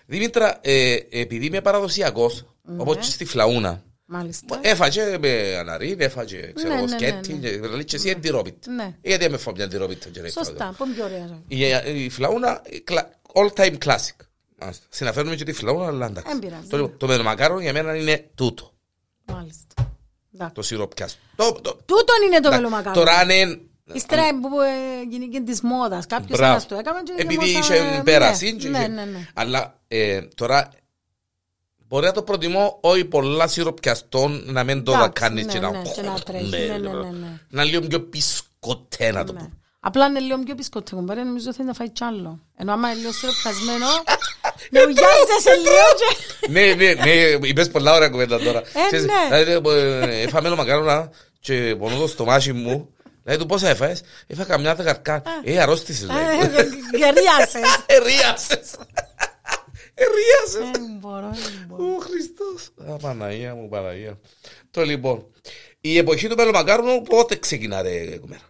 Speaker 1: Δήμητρα, ε, επειδή είμαι παραδοσιακός,
Speaker 2: Ναι.
Speaker 1: όπως και στη Φλαούνα,
Speaker 2: μάλιστα.
Speaker 1: ε, έφαγε με αναρρίν, έφαγε ξέρω
Speaker 2: Ναι,
Speaker 1: εγώ
Speaker 2: ναι,
Speaker 1: σκέτη,
Speaker 2: ναι,
Speaker 1: και λέει και εσύ εντυρόπιτ.
Speaker 2: Ναι.
Speaker 1: Γιατί με φάω μια εντυρόπιτ. και να φάω.
Speaker 2: Σωστά, πολύ ωραία. ρε.
Speaker 1: Η, η Φλαούνα, η κλα- all time classic. Μάλιστα. Συναφέρουμε και τη Φλαούνα, αλλά εντάξει.
Speaker 2: Εν πειράζει.
Speaker 1: Το, λοιπόν, το μελομακάρονο για μένα είναι τούτο,
Speaker 2: Μάλιστα. Εντάξει.
Speaker 1: το σιροπιάστο. Το, το,
Speaker 2: Τούτον είναι το
Speaker 1: εντάξει,
Speaker 2: μελομακάρονο.
Speaker 1: Τώρα αν είναι-
Speaker 2: Ύστερα που ε, γίνει και της μόδας. Κάποιος
Speaker 1: Μπράβο.
Speaker 2: ένας το έκαμε και
Speaker 1: Επειδή
Speaker 2: γεμώσαμε-
Speaker 1: είχε πέραση.
Speaker 2: Ναι,
Speaker 1: και
Speaker 2: Ναι,
Speaker 1: είχε-
Speaker 2: ναι, ναι.
Speaker 1: Αλλά ε, τώρα μπορεί να το προτιμώ όχι πολλά σιροπιαστών να μην το
Speaker 2: Εντάξει,
Speaker 1: δακάνεις
Speaker 2: ναι,
Speaker 1: και να...
Speaker 2: ναι, και να τρέχει, ναι, ναι, ναι, ναι.
Speaker 1: Να λίγο πιο πισκοτέ να το
Speaker 2: Ναι.
Speaker 1: πω.
Speaker 2: Απλά είναι λίγο πιο πισκοτή κουμπάρι, νομίζω θέλει να φάει κι άλλο. Ενώ άμα είναι λίγο σιροπιασμένο, Να ουγιάζεσαι λίγο και...
Speaker 1: Ναι, ναι, ναι, είπες πολλά ωραία κουβέντα τώρα. Ξέρεις,
Speaker 2: ναι.
Speaker 1: δηλαδή, ε, Έφαμε ένα μακάρονα και πονώ το στομάχι μου. Δηλαδή του πόσα έφαγες, έφαγα καμιά δεκαρκά. Ε, αρρώστησες λέει.
Speaker 2: Ε, Γερίασες.
Speaker 1: Ερίασες. Ερίασες.
Speaker 2: Δεν μπορώ, δεν μπορώ.
Speaker 1: Ο Χριστός. Α, Παναγία μου, Παναγία. Το λοιπόν, η εποχή του μελομακάρονου πότε ξεκινάρε κουμέρα.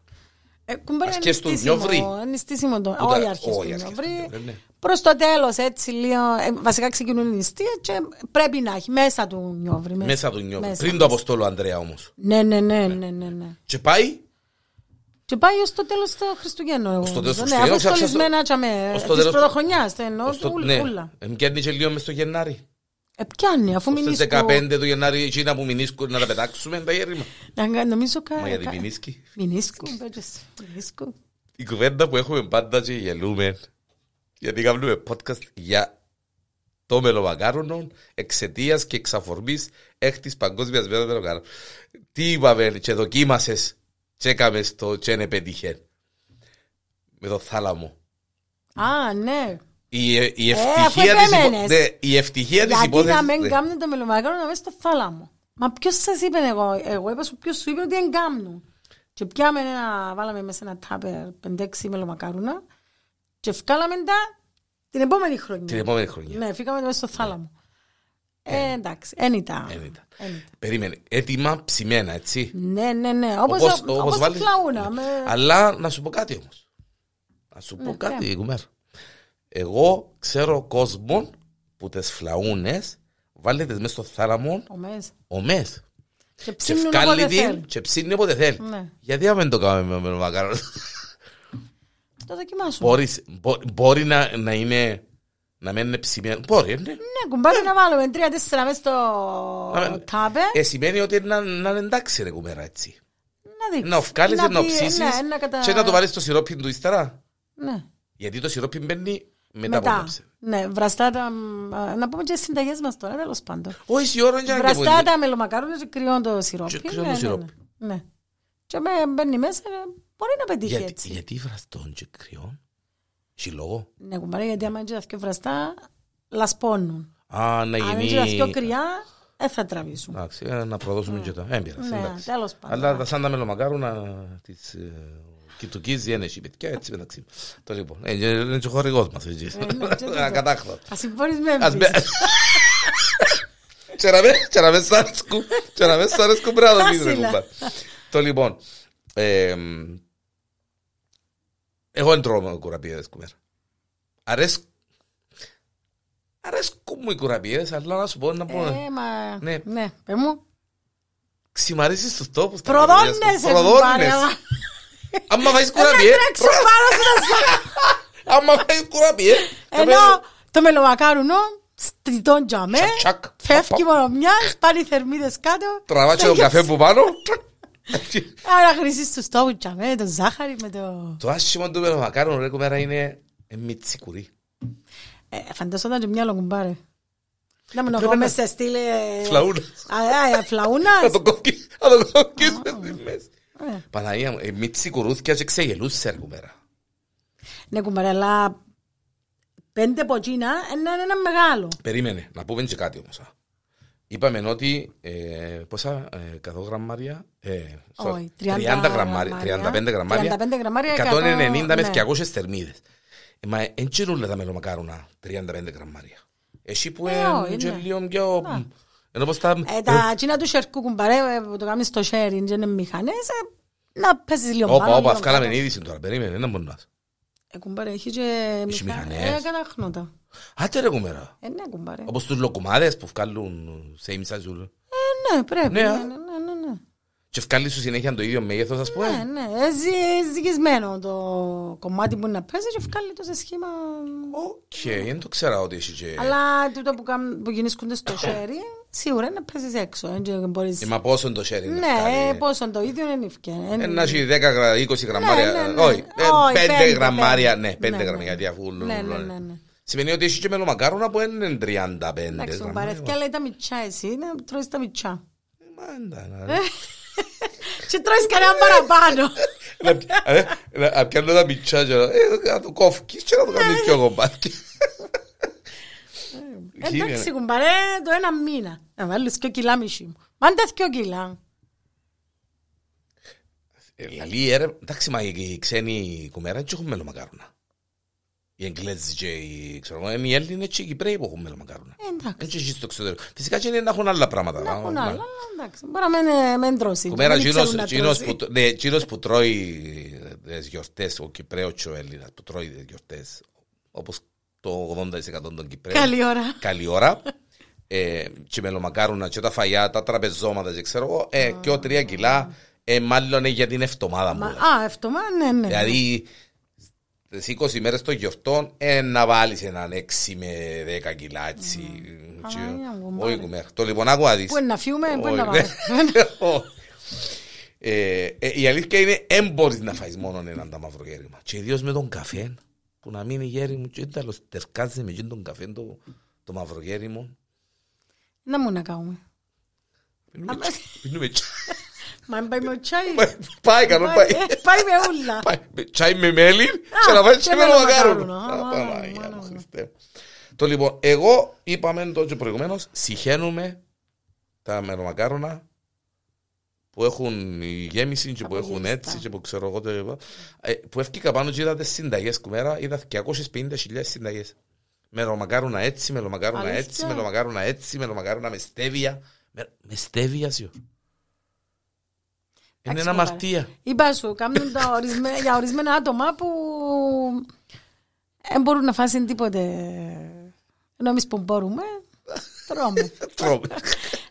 Speaker 2: Ε, κουμπέρα είναι
Speaker 1: Αρχές του
Speaker 2: στήσιμο,
Speaker 1: Νιόβρη.
Speaker 2: είναι στήσιμο το.
Speaker 1: Ούτε-
Speaker 2: Όχι αρχές του
Speaker 1: όχι αρχές του
Speaker 2: Νιόβρη.
Speaker 1: Νιόβρη, ναι.
Speaker 2: Προς το τέλος έτσι λίγο. ε, βασικά ξεκινούν οι νηστεία και πρέπει να έχει μέσα του Νιόβρη.
Speaker 1: Μέσα του νιώθω.
Speaker 2: μέσα.
Speaker 1: Πριν το Αποστόλο Ανδρέα όμως.
Speaker 2: Ναι, ναι, ναι, ναι, ναι, ναι.
Speaker 1: Και πάει
Speaker 2: Και πάει ως το τέλος των Χριστουγέννων. εγώ
Speaker 1: το τέλος των
Speaker 2: νομίζω. Ναι,
Speaker 1: Χριστουγέννων, ξαφνικά στο-
Speaker 2: αποστολισμένα
Speaker 1: ως το
Speaker 2: τσαμέ. Της
Speaker 1: τέλος του-
Speaker 2: πρωτοχρονιάς, τα εννοώ,
Speaker 1: στο-
Speaker 2: ούλ-
Speaker 1: ναι.
Speaker 2: ούλα.
Speaker 1: Εμ πιάνει και λίγο μες στο Γενάρη.
Speaker 2: Ε, πιάνει, αφού
Speaker 1: Στις
Speaker 2: μηνίσκω.
Speaker 1: 15 του Γενάρη, εκείνα που μηνίσκουν να τα πετάξουμε τα γέρημα.
Speaker 2: Να- Νομίζω κα-
Speaker 1: Μα γιατί
Speaker 2: Ε, κα-
Speaker 1: μηνίσκει.
Speaker 2: Μηνίσκου, μπέτζες, μηνίσκου.
Speaker 1: Η κουβέντα που έχουμε πάντα και γελούμε, γιατί κάνουμε podcast για το μελομακάρονο εξαιτίας και εξαφορμής έκτη παγκόσμιας μέρας μελομακάρονο. Τι είπαμε, και δοκίμασες, τσέκαμε στο τσένε πετύχε. Με το θάλαμο.
Speaker 2: Α, ναι.
Speaker 1: Η, ε- η
Speaker 2: αφού
Speaker 1: ευτυχία της υπο...
Speaker 2: επέμενες.
Speaker 1: ναι, η ευτυχία της
Speaker 2: Γιατί
Speaker 1: υπόθεσης.
Speaker 2: να μην
Speaker 1: ναι.
Speaker 2: κάνουν τα μελομακάρονα μέσα στο θάλαμο. Μα ποιος σας είπε εγώ, εγώ είπα σου ποιος σου είπε ότι δεν κάνουν. Και πιάμε ένα, βάλαμε μέσα ένα τάπερ 5-6 μελομακάρονα και βγάλαμε τα την επόμενη χρονιά.
Speaker 1: Την επόμενη χρονιά.
Speaker 2: Ναι, φύγαμε μέσα στο θάλαμο. Ε, εντάξει, δεν ήταν.
Speaker 1: Εν ήταν.
Speaker 2: Εν ήταν.
Speaker 1: Περίμενε. Έτοιμα ψημένα, έτσι.
Speaker 2: Ναι, ναι, ναι. Όπως,
Speaker 1: Όπως-
Speaker 2: όπως,
Speaker 1: όπως
Speaker 2: τη
Speaker 1: βάλεις.
Speaker 2: φλαούνα.
Speaker 1: Ναι.
Speaker 2: με- Ναι,
Speaker 1: Αλλά να σου πω κάτι όμως. Να σου πω κάτι, Γκουμέρ. Εγώ ξέρω κόσμο που τι φλαούνε βάλετε μέσα στο θάλαμο
Speaker 2: Ο μέσα.
Speaker 1: ομές.
Speaker 2: Και
Speaker 1: Και
Speaker 2: ψήνουν
Speaker 1: φκάλει
Speaker 2: όποτε
Speaker 1: την
Speaker 2: θέλουν.
Speaker 1: και ψήνει όποτε θέλει.
Speaker 2: Ναι.
Speaker 1: Γιατί να μην το κάνουμε με το μακάρονο.
Speaker 2: Το δοκιμάσουμε.
Speaker 1: Μπορείς- μπο- Μπορεί να, να είναι. Να μένει ψημένο. Μπορεί, ναι.
Speaker 2: Ναι, κουμπάρε να βάλουμε τρία-τέσσερα μέσα
Speaker 1: Να
Speaker 2: στο
Speaker 1: μην-
Speaker 2: τάπερ.
Speaker 1: Ε, σημαίνει ότι να, να είναι εντάξει, ρε κουμέρα, έτσι.
Speaker 2: Ε, Να δεις.
Speaker 1: Να οφκάλεις, να,
Speaker 2: πει-
Speaker 1: ψήσεις
Speaker 2: ναι, να κατα-
Speaker 1: και να το βάλεις στο σιρόπι του ύστερα.
Speaker 2: Ναι.
Speaker 1: Γιατί το σιρόπι μπαίνει μετά, από
Speaker 2: Μετά.
Speaker 1: το ψε-
Speaker 2: Ναι, βραστά τα. α, Να πούμε και στις συνταγές μας τώρα, τέλος πάντων.
Speaker 1: Όχι, η ώρα είναι και
Speaker 2: Βραστά τα μελομακάρονα και κρυών το σιρόπι.
Speaker 1: ναι. Και κρυών
Speaker 2: Ναι,
Speaker 1: το
Speaker 2: ναι,
Speaker 1: σιρόπι.
Speaker 2: Ναι. Ναι. Και με μπαίνει μέσα, ε, μπορεί να πετύχει
Speaker 1: Γιατί,
Speaker 2: έτσι.
Speaker 1: γιατί βραστών και κρυών. Έχει λόγο.
Speaker 2: Ναι, κουμπάρε, γιατί άμα είναι και τα πιο βραστά, λασπώνουν.
Speaker 1: Α, να
Speaker 2: Αν είναι και τα πιο
Speaker 1: γίνει...
Speaker 2: κρυά, δεν θα τραβήσουν.
Speaker 1: Εντάξει, ε, να προδώσουμε και τα. Έμπειρας.
Speaker 2: Ναι, τέλος πάντων.
Speaker 1: Αλλά τα σαν τα μελομακάρουνα της ε, Κιτουκής δεν έχει παιδιά, έτσι μεταξύ. μας. Το λοιπόν, ε, ε, είναι και ο χορηγός μας. έτσι.
Speaker 2: ναι, και τούτο.
Speaker 1: Ακατάκτο.
Speaker 2: Ας συμφωνείς με
Speaker 1: Ας μπε...
Speaker 2: εμείς.
Speaker 1: Τσεραβέ, τσεραβέ σάρσκου, τσεραβέ σάρσκου μπράδο μην ρε
Speaker 2: Τάσιλα.
Speaker 1: κουμπά. Το λοιπόν, εμ, εγώ δεν τρώω κουραπιέδες κουμέρα. Αρέσκ- Αρέσκουν μου οι κουραπιέδες, αλλά να σου πω να πω...
Speaker 2: Ε, μα...
Speaker 1: Ναι.
Speaker 2: Ναι, πες μου.
Speaker 1: Ξημαρίσεις τους τόπους. τα
Speaker 2: Προδόνες,
Speaker 1: κουραπιέδες.
Speaker 2: ε, κουμπάρε,
Speaker 1: Προδόνες.
Speaker 2: αλλά-
Speaker 1: Άμα φάεις
Speaker 2: Δεν
Speaker 1: κουραπιέ,
Speaker 2: τρέξω πάνω στο
Speaker 1: άμα φάεις κουραπιέ, θα
Speaker 2: Ενώ το μελομακάρουνο στριτών τζαμέ,
Speaker 1: Τσακ, τσακ.
Speaker 2: φεύγει
Speaker 1: Πα,
Speaker 2: μόνο μια, πάνε οι θερμίδες κάτω.
Speaker 1: τραβάς και τον καφέ που πάνω. τρακ.
Speaker 2: Άρα χρήσεις τους τόπους τζαμέ, το ζάχαρη με το...
Speaker 1: Το άσχημα του μελομακάρονου ρε κουμέρα είναι ε, μιτσικουρί.
Speaker 2: Ε, φανταζόταν και μυαλό κουμπάρε. Να
Speaker 1: Πρέπει
Speaker 2: μην
Speaker 1: να-
Speaker 2: οχώμε σε στήλε...
Speaker 1: Φλαούνα.
Speaker 2: ε,
Speaker 1: Να
Speaker 2: Φλαούνας.
Speaker 1: το κόκκι- να το κόκκισουμε στη μέση.
Speaker 2: Ε,
Speaker 1: Παναγία μου, ε, μη τσικουρούθηκες και ξεγελούσες ρε κουμέρα.
Speaker 2: Ναι κουμπάρε, αλλά πέντε ποτσίνα είναι ένα μεγάλο.
Speaker 1: Περίμενε, να πούμε και κάτι όμως. α. Είπαμε ότι ε, πόσα, ε, 100 γραμμάρια, ε, sorry,
Speaker 2: Όχι,
Speaker 1: 30 γραμμάρια, 35 γραμμάρια,
Speaker 2: 35 γραμμάρια,
Speaker 1: 190 με
Speaker 2: ναι.
Speaker 1: 200 θερμίδες. Ε, Μα εν τσιρούλα τα μελομακάρονα 35 γραμμάρια. Εσύ που
Speaker 2: Ε, όχι,
Speaker 1: είναι και
Speaker 2: ναι.
Speaker 1: λίγο πιο... Ενώ πως τα...
Speaker 2: Ε, τα τσίνα του σερκού κουμπαρέ ε, που το κάνεις στο sharing και είναι μηχανές, ε, να παίζεις λίγο
Speaker 1: Όπα,
Speaker 2: πάνω.
Speaker 1: όπα,
Speaker 2: λίγο
Speaker 1: βγάλαμε
Speaker 2: κάτω.
Speaker 1: είδηση τώρα, περίμενε, ένα μόνο.
Speaker 2: Ε, κουμπάρε, έχει και
Speaker 1: Έχεις
Speaker 2: μηχα-
Speaker 1: μηχανές.
Speaker 2: Ε, καταχνώτα.
Speaker 1: Άντε ρε κουμέρα.
Speaker 2: Ε, ναι, κουμπάρε.
Speaker 1: Όπως τους λοκουμάδες που βγάλουν same size ούλο.
Speaker 2: Ε, ναι, πρέπει.
Speaker 1: Ναι,
Speaker 2: Ναι,
Speaker 1: α.
Speaker 2: ναι, ναι, ναι, ναι.
Speaker 1: Και βγάλεις σου συνέχεια το ίδιο μέγεθος ας
Speaker 2: Ναι,
Speaker 1: πούμε.
Speaker 2: ναι, ε, ζυ- ζυγισμένο το κομμάτι που είναι να παίζεις και βγάλει το σε σχήμα.
Speaker 1: Οκ, δεν το ξέρα ότι έχει και...
Speaker 2: Αλλά τούτο που, κάμ- που γεννήσκονται στο sharing, σίγουρα είναι να παίζεις έξω. ε, και μπορείς-
Speaker 1: Ε, Μα πόσο είναι το sharing να
Speaker 2: Ναι, ε,
Speaker 1: βγάλει.
Speaker 2: πόσο το ίδιο είναι ευκαιρία.
Speaker 1: Ε, Να έχει 10 γρα- 20
Speaker 2: ναι,
Speaker 1: γραμμάρια.
Speaker 2: ναι.
Speaker 1: Όχι,
Speaker 2: Όχι, πέντε,
Speaker 1: 5 γραμμάρια.
Speaker 2: πέντε.
Speaker 1: Ναι, 5
Speaker 2: Ναι, ναι.
Speaker 1: γραμμάρια. Γιατί αφού
Speaker 2: Ναι, ναι,
Speaker 1: λουλώνει.
Speaker 2: ναι, ναι.
Speaker 1: Σημαίνει ότι έχει και μελομακάρονα που είναι 35
Speaker 2: Εντάξει, μου
Speaker 1: γραμμάρια.
Speaker 2: παρέθηκε, αλλά ήταν μητσά εσύ, να τρώεις τα μητσά.
Speaker 1: Ε, μάντα, να-
Speaker 2: Και τρώεις κανένα παραπάνω.
Speaker 1: Να πι- ε, να- Να πιάνω τα μητσά και να- ε, να το κόφκεις και να το κάνεις πιο κομπάκι.
Speaker 2: Εντάξει, κουμπάρε, το ένα μήνα. Να βάλεις και κιλά μισή μου. Μάντα δυο κιλά.
Speaker 1: Ε, Λαλή, έρε, εντάξει, μα οι οι ξένοι κουμέρα έτσι έχουν μελομακάρονα. Οι Εγγλέζοι και οι, ξέρω, εγώ, είναι οι Έλληνες και οι Κυπρέοι που έχουν μελομακάρονα.
Speaker 2: Ε, Εντάξει.
Speaker 1: Έτσι στο εξωτερικό. Φυσικά και είναι να έχουν άλλα πράγματα.
Speaker 2: Να
Speaker 1: να-
Speaker 2: έχουν
Speaker 1: να-
Speaker 2: άλλα, αλλά εντάξει. Μπορεί να μην- μην τρώσει.
Speaker 1: Κουμέρα,
Speaker 2: Δεν ξέρουν να
Speaker 1: εκείνος- εκείνος
Speaker 2: τρώσει.
Speaker 1: που- ναι, εκείνος που τρώει ε, τις γιορτές, ο Κυπρέος και ο Έλληνας που τρώει τις γιορτές, όπως το 80% των Κυπρέων,
Speaker 2: Καλή ώρα.
Speaker 1: καλή ώρα. Ε, και μελομακάρουνα και τα φαγιά, τα τραπεζώματα και ξέρω εγώ, ε, και ο τρία κιλά, ε, μάλλον είναι για την εβδομάδα μου.
Speaker 2: Μα- Α, ευτομά, ναι, ναι.
Speaker 1: Δηλαδή, στις 20 μέρες των γιορτών, ε, να βάλεις έναν 6 με 10 κιλά, έτσι. και-
Speaker 2: Παναγία μου,
Speaker 1: Όχι,
Speaker 2: κουμπάρε.
Speaker 1: κουμέρα. Το λοιπόν, άκουα δεις.
Speaker 2: Πού είναι να φύγουμε, πού είναι να
Speaker 1: Όχι,
Speaker 2: πάμε.
Speaker 1: ναι. Ε, ε, η αλήθεια είναι, δεν μπορείς να φάεις μόνο έναν τα μαυρογέρημα. Και ιδίως με τον καφέ, που να μείνει γέρι μου, και τέλος τερκάζει με εκείνον τον καφέ το, το μαυρογέριμο.
Speaker 2: Να μου να κάνουμε.
Speaker 1: Πίνουμε
Speaker 2: Αμέ.
Speaker 1: τσ- Πίνουμε τσ-
Speaker 2: Μα αν πάει με ο τσάι.
Speaker 1: Πάει- Πάει καλό,
Speaker 2: πάει-
Speaker 1: πάει.
Speaker 2: ε, Πάει με όλα.
Speaker 1: Πάει με Τσάι με μέλι και να βάλεις
Speaker 2: και
Speaker 1: και με μαγάρουνο.
Speaker 2: μελομακάρουνο. Α, μάνα μου,
Speaker 1: Παναγία
Speaker 2: μάνα
Speaker 1: μου,
Speaker 2: μου.
Speaker 1: Χριστέ. Το λοιπόν, εγώ είπαμε το και προηγουμένως, συχαίνουμε τα μελομακάρονα που έχουν η γέμιση και που έχουν
Speaker 2: Απογεύστα.
Speaker 1: έτσι και που ξέρω εγώ το εγώ. Ε, Που έφτιακα πάνω και είδα τις συνταγές κουμέρα, είδα 250.000 συνταγές. Μελομακάρονα έτσι, μελομακάρονα
Speaker 2: Αλήθεια?
Speaker 1: έτσι, μελομακάρονα έτσι, μελομακάρονα με στέβια. Με- Με στέβια, σιω. Είναι
Speaker 2: Εντάξει,
Speaker 1: ένα
Speaker 2: κουμπάρε.
Speaker 1: μαρτία.
Speaker 2: Είπα σου, κάνουν τα ορισμέ- για ορισμένα άτομα που δεν μπορούν να φάσουν τίποτε. Ενώ εμείς που μπορούμε, τρώμε.
Speaker 1: Ε, Τρώμε.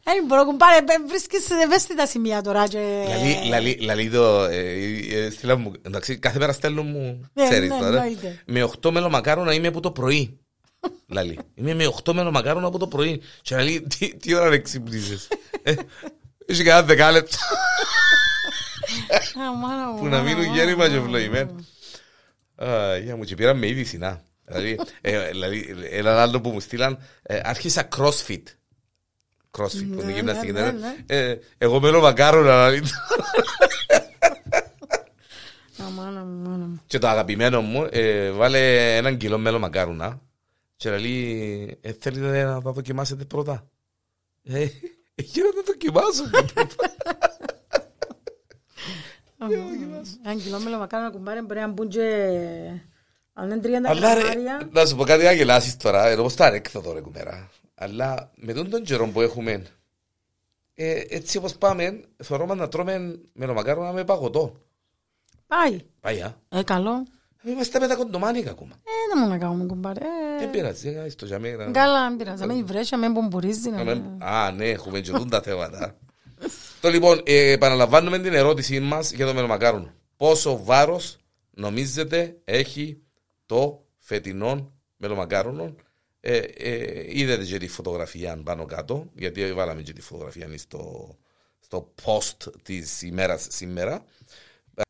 Speaker 2: Δεν μπορώ, κουμπάρε, μπε- βρίσκεις ευαίσθητα σημεία τώρα. και-
Speaker 1: Λαλή, λαλή, λαλή το, Δηλαδή, ε, ε, στείλα μου, εντάξει, κάθε μέρα στέλνουν μου,
Speaker 2: Ναι,
Speaker 1: ξέρεις
Speaker 2: ναι,
Speaker 1: τώρα.
Speaker 2: εννοείται.
Speaker 1: Με 8 μελομακάρονα είμαι από το πρωί. Λαλή. Είμαι με 8 μελομακάρονα από το πρωί. Και λαλή, τι, τι ώρα να ξυπνήσεις. Ε, Είσαι κανένα δεκάλεπτο
Speaker 2: Α, Ε, μάνα μου,
Speaker 1: που να
Speaker 2: μάνα
Speaker 1: μείνουν
Speaker 2: μου,
Speaker 1: γέννημα
Speaker 2: μάνα
Speaker 1: και
Speaker 2: μου.
Speaker 1: ευλογημένο. Αγία μου, και πήραμε ήδη συνά. Δηλαδή, ε, δηλαδή, έναν άλλο που μου στείλαν, ε, άρχισα crossfit. Crossfit, που είναι
Speaker 2: Ναι,
Speaker 1: γυμναστική.
Speaker 2: ναι,
Speaker 1: ναι.
Speaker 2: ναι.
Speaker 1: Ε, Εγώ μένω μακάρονα, δηλαδή,
Speaker 2: Α, Ε, μάνα μου, μάνα μου.
Speaker 1: Και το αγαπημένο μου, ε, βάλε έναν κιλό μέλο μακάρονα και λέει, ε, θέλετε να τα δοκιμάσετε πρώτα. Ε, για να τα δοκιμάσω.
Speaker 2: Αν κιλόμελο μακάρι να κουμπάρει, μπορεί να μπουν και... Αν είναι 30
Speaker 1: Αλλά ρε, ε,
Speaker 2: γραμμάρια...
Speaker 1: να σου πω κάτι να γελάσεις τώρα, ενώ πως τα ρέκθα ρε κουμέρα. Αλλά με τον τον καιρό που έχουμε, ε, έτσι όπως πάμε, θεωρούμε να τρώμε μελομακάρονα με παγωτό.
Speaker 2: Πάει.
Speaker 1: Παλιά.
Speaker 2: Ε, καλό.
Speaker 1: Είμαστε με τα κοντομάνικα ακόμα.
Speaker 2: Ε, να μου να κάνουμε Ε, κουμπάρε.
Speaker 1: Δεν πειράζει, ε, δεν κάνεις το για μένα.
Speaker 2: Καλά, μην πειράζει. Με βρέσει, με μπομπουρίζει. να
Speaker 1: Να
Speaker 2: μην-
Speaker 1: με- Α, ναι, έχουμε και τούν τα θέματα. Το λοιπόν, ε, επαναλαμβάνουμε την ερώτησή μας για το μελομακάρονο. Πόσο βάρος νομίζετε έχει το φετινό μελομακάρονο. Ε, ε, είδατε και τη φωτογραφία πάνω κάτω, γιατί βάλαμε και τη φωτογραφία στο, στο post της ημέρας σήμερα.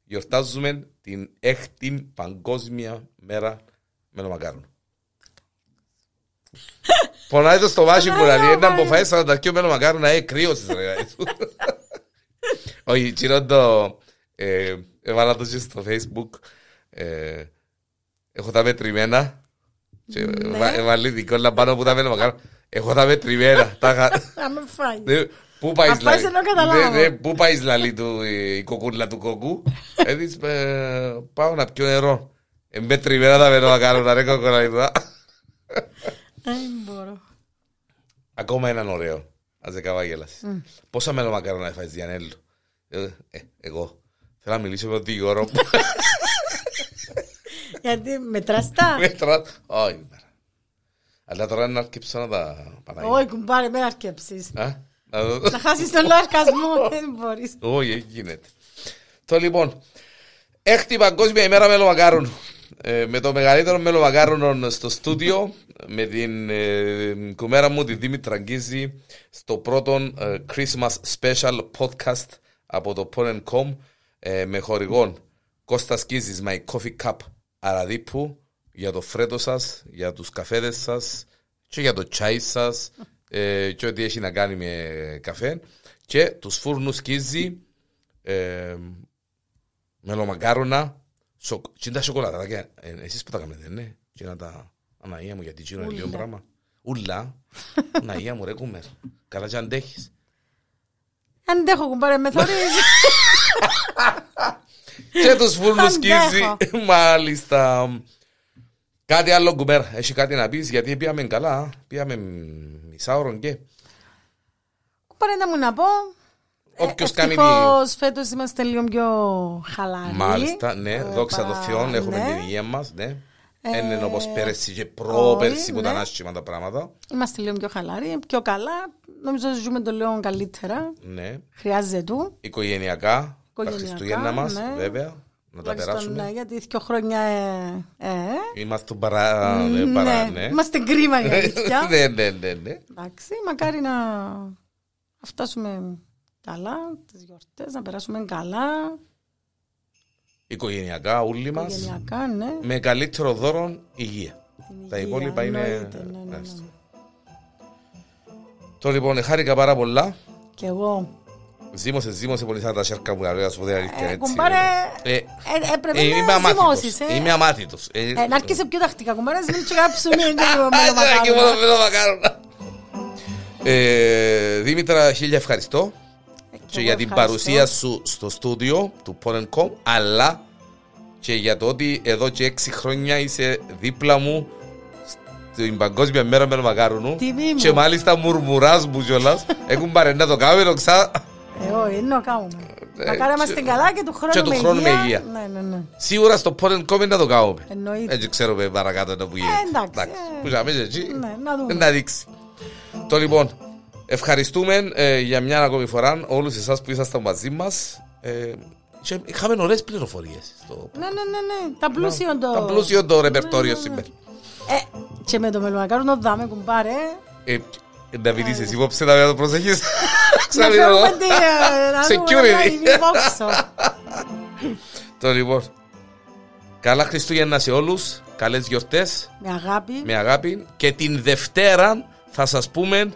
Speaker 1: Γιορτάζουμε την έκτη Παγκόσμια Μέρα Μελομακάρονου. Πονάει το στομάχι μου,
Speaker 2: Παναγιά
Speaker 1: δηλαδή,
Speaker 2: μου,
Speaker 1: ένα
Speaker 2: Παναγιά.
Speaker 1: αποφάσεις να τα πιο μελομακάρονα, ε, κρύωσες ρε. Όχι, τσινόν το, ε, έβαλα το και στο facebook, ε, έχω τα μετρημένα, και
Speaker 2: Ναι.
Speaker 1: βα- έβαλε την κόλλα πάνω που τα μελομακάρονα. Έχω τα μετρημένα, τα είχα-
Speaker 2: Να με φάει.
Speaker 1: ναι, Πού πάει
Speaker 2: Απ' πάση δεν καταλάβω.
Speaker 1: Πού πάει λαλή του ε, η κοκούλα του κοκού. Έτσι ε, πάω να πιω νερό. Εμπέτριμένα τα βερό να κάνω να ρε κοκολαϊδά.
Speaker 2: Ε, Δεν μπορώ.
Speaker 1: Ακόμα έναν ωραίο. Ας δεν καβάγελας. Πόσα μέλο μακαρόνα έφαγες Διανέλου. Ε, ε, Εγώ. Θέλω να μιλήσω με τον Τίγορο που
Speaker 2: Γιατί μετράς τα.
Speaker 1: μέτρα. Όχι. μέρα. Αλλά τώρα να αρκεψω να τα πανάγει.
Speaker 2: Όχι, κουμπάρε, με αρκέψεις.
Speaker 1: Να δω.
Speaker 2: Να χάσεις τον λαρκασμό, δεν μπορείς.
Speaker 1: Όχι, δεν γίνεται. Το λοιπόν, έκτη παγκόσμια ημέρα μελομακάρων. Ε, με το μεγαλύτερο μελομακάρονο στο στούντιο, με την ε, κουμέρα μου τη Δήμη Τραγκίζη, στο πρώτο ε, Christmas Special Podcast από το Porn.com ε, με χορηγόν Κώστας Σκίζης My Coffee Cup Αραδίπου για το φρέτο σας, για τους καφέδες σας και για το τσάι σας ε, και ό,τι έχει να κάνει με καφέ και τους φούρνους Κίζη ε, μελομακάρονα, σοκ... τσιν τα σοκολατάκια. Ε, εσείς που τα κάνετε, ναι. Και να τα... Αναγία μου, γιατί τσίνο είναι
Speaker 2: Ούλα.
Speaker 1: λίγο πράγμα. Ούλα. Να γεια μου ρε κούμερ. Καλά και αντέχεις.
Speaker 2: Αντέχω κουμπάρε με
Speaker 1: Ναι.
Speaker 2: θωρείς.
Speaker 1: Και τους φούρνους
Speaker 2: Αντέχω.
Speaker 1: σκίζει. Μάλιστα. Κάτι άλλο κουμπέρ. Έχει κάτι να πεις γιατί πήγαμε καλά. Πήγαμε μισά ώρον
Speaker 2: Ε,
Speaker 1: και.
Speaker 2: κουμπάρε να μου να πω. Ε,
Speaker 1: Όποιος κάνει τη-
Speaker 2: Ευτυχώς φέτος είμαστε λίγο πιο χαλαροί.
Speaker 1: Μάλιστα, ναι.
Speaker 2: Ε,
Speaker 1: Δόξα τω
Speaker 2: παρά-
Speaker 1: Θεώ, έχουμε
Speaker 2: ναι.
Speaker 1: την υγεία μας, ναι.
Speaker 2: Ε,
Speaker 1: Δεν είναι όπως πέρυσι και πρόπερσι
Speaker 2: όχι,
Speaker 1: που ήταν
Speaker 2: ναι.
Speaker 1: άσχημα τα πράγματα.
Speaker 2: Είμαστε λίγο πιο χαλαροί, πιο καλά. Νομίζω ότι ζούμε το λίγο καλύτερα.
Speaker 1: Ναι.
Speaker 2: Χρειάζεται του.
Speaker 1: Οικογενειακά, τα
Speaker 2: Οικογενειακά,
Speaker 1: Χριστούγεννα μας,
Speaker 2: ναι.
Speaker 1: βέβαια. Να τα
Speaker 2: Τουλάχιστον, ναι,
Speaker 1: περάσουμε.
Speaker 2: γιατί δύο χρόνια. Ε, ε,
Speaker 1: Είμαστε παρά, ναι, παρά, ναι.
Speaker 2: Είμαστε κρίμα η αλήθεια.
Speaker 1: Ναι, ναι, ναι, ναι.
Speaker 2: Εντάξει, μακάρι να να φτάσουμε καλά τις γιορτές, να περάσουμε καλά,
Speaker 1: Οικογενειακά, όλοι μας.
Speaker 2: οικογενειακά, ναι.
Speaker 1: Με καλύτερο δώρο υγεία.
Speaker 2: την
Speaker 1: Τα
Speaker 2: υγεία,
Speaker 1: υπόλοιπα είναι.
Speaker 2: εννοείται, ναι, ναι, ναι.
Speaker 1: Μάλιστα. Το λοιπόν, χάρηκα πάρα πολλά.
Speaker 2: Κι εγώ.
Speaker 1: Ζήμωσε, ζήμωσε πολύ σαν τα σέρκα μου, να σου πω την αλήθεια,
Speaker 2: Ε,
Speaker 1: έτσι.
Speaker 2: κουμπάρε,
Speaker 1: Ε,
Speaker 2: ε, έπρεπε
Speaker 1: ε, είμαι
Speaker 2: να
Speaker 1: αμάθητος.
Speaker 2: ζυμώσεις. ε.
Speaker 1: Είμαι αμάθητος. Ε,
Speaker 2: Ε, Να έρχεσαι πιο τακτικά, κουμπάρες, μην σου κάψουμε λίγο
Speaker 1: Άντε, ε, και μόνο
Speaker 2: μελομακάρονα.
Speaker 1: με το μακάρονα. Ε, Δήμητρα, χίλια ευχαριστώ
Speaker 2: Ε, κι
Speaker 1: και
Speaker 2: εγώ
Speaker 1: για την
Speaker 2: ευχαριστώ.
Speaker 1: παρουσία σου στο στούντιο του Porn.com αλλά και για το ότι εδώ και έξι χρόνια είσαι δίπλα μου στην Παγκόσμια Μέρα Μελομακάρονου
Speaker 2: Τιμή μου.
Speaker 1: και μάλιστα μουρμουράς μου κιόλας έχουν παρενά το κάμερο ξα...
Speaker 2: Ε, όχι, είναι να κάνουμε.
Speaker 1: Ε,
Speaker 2: Μακάρι να είμαστε
Speaker 1: και-
Speaker 2: καλά και του χρόνου
Speaker 1: και του χρόνου με υγεία.
Speaker 2: Ναι, ναι, ναι.
Speaker 1: Σίγουρα στο Porn.com είναι να το κάνουμε.
Speaker 2: Εννοείται.
Speaker 1: Έτσι ξέρω με παρακάτω να που γίνεται.
Speaker 2: Ε, εντάξει, ε.
Speaker 1: Που θα μέσα εκεί.
Speaker 2: Ναι, να
Speaker 1: ε,
Speaker 2: δούμε.
Speaker 1: Να δείξει. Το λοιπόν, ευχαριστούμε ε, για μια ακόμη φορά όλους εσάς που ήσασταν μαζί μας. Ε, και είχαμε ωραίες πληροφορίες. Στο...
Speaker 2: Ναι, ναι, ναι, ναι. Τα πλούσιο το. Ναι,
Speaker 1: Τα πλούσιο το ρεπερτόριο σήμερα.
Speaker 2: Ε, και με το μελομακάρονο δάμε κουμπάρε.
Speaker 1: Ε, ε, να μην είσαι υπόψη να μην το προσεχείς.
Speaker 2: ναι. Να
Speaker 1: Ξανά εδώ.
Speaker 2: φέρουμε τη. ε, να δούμε
Speaker 1: Security.
Speaker 2: να είναι υπόψη.
Speaker 1: Το λοιπόν. Καλά Χριστούγεννα σε όλους. Καλές γιορτές.
Speaker 2: Με αγάπη.
Speaker 1: με αγάπη και την Δευτέρα θα σας πούμε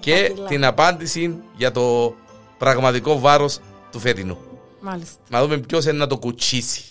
Speaker 1: και
Speaker 2: Απειλά.
Speaker 1: την απάντηση για το πραγματικό βάρος του φετινού.
Speaker 2: Μάλιστα.
Speaker 1: Να δούμε ποιος είναι να το κουτσίσει.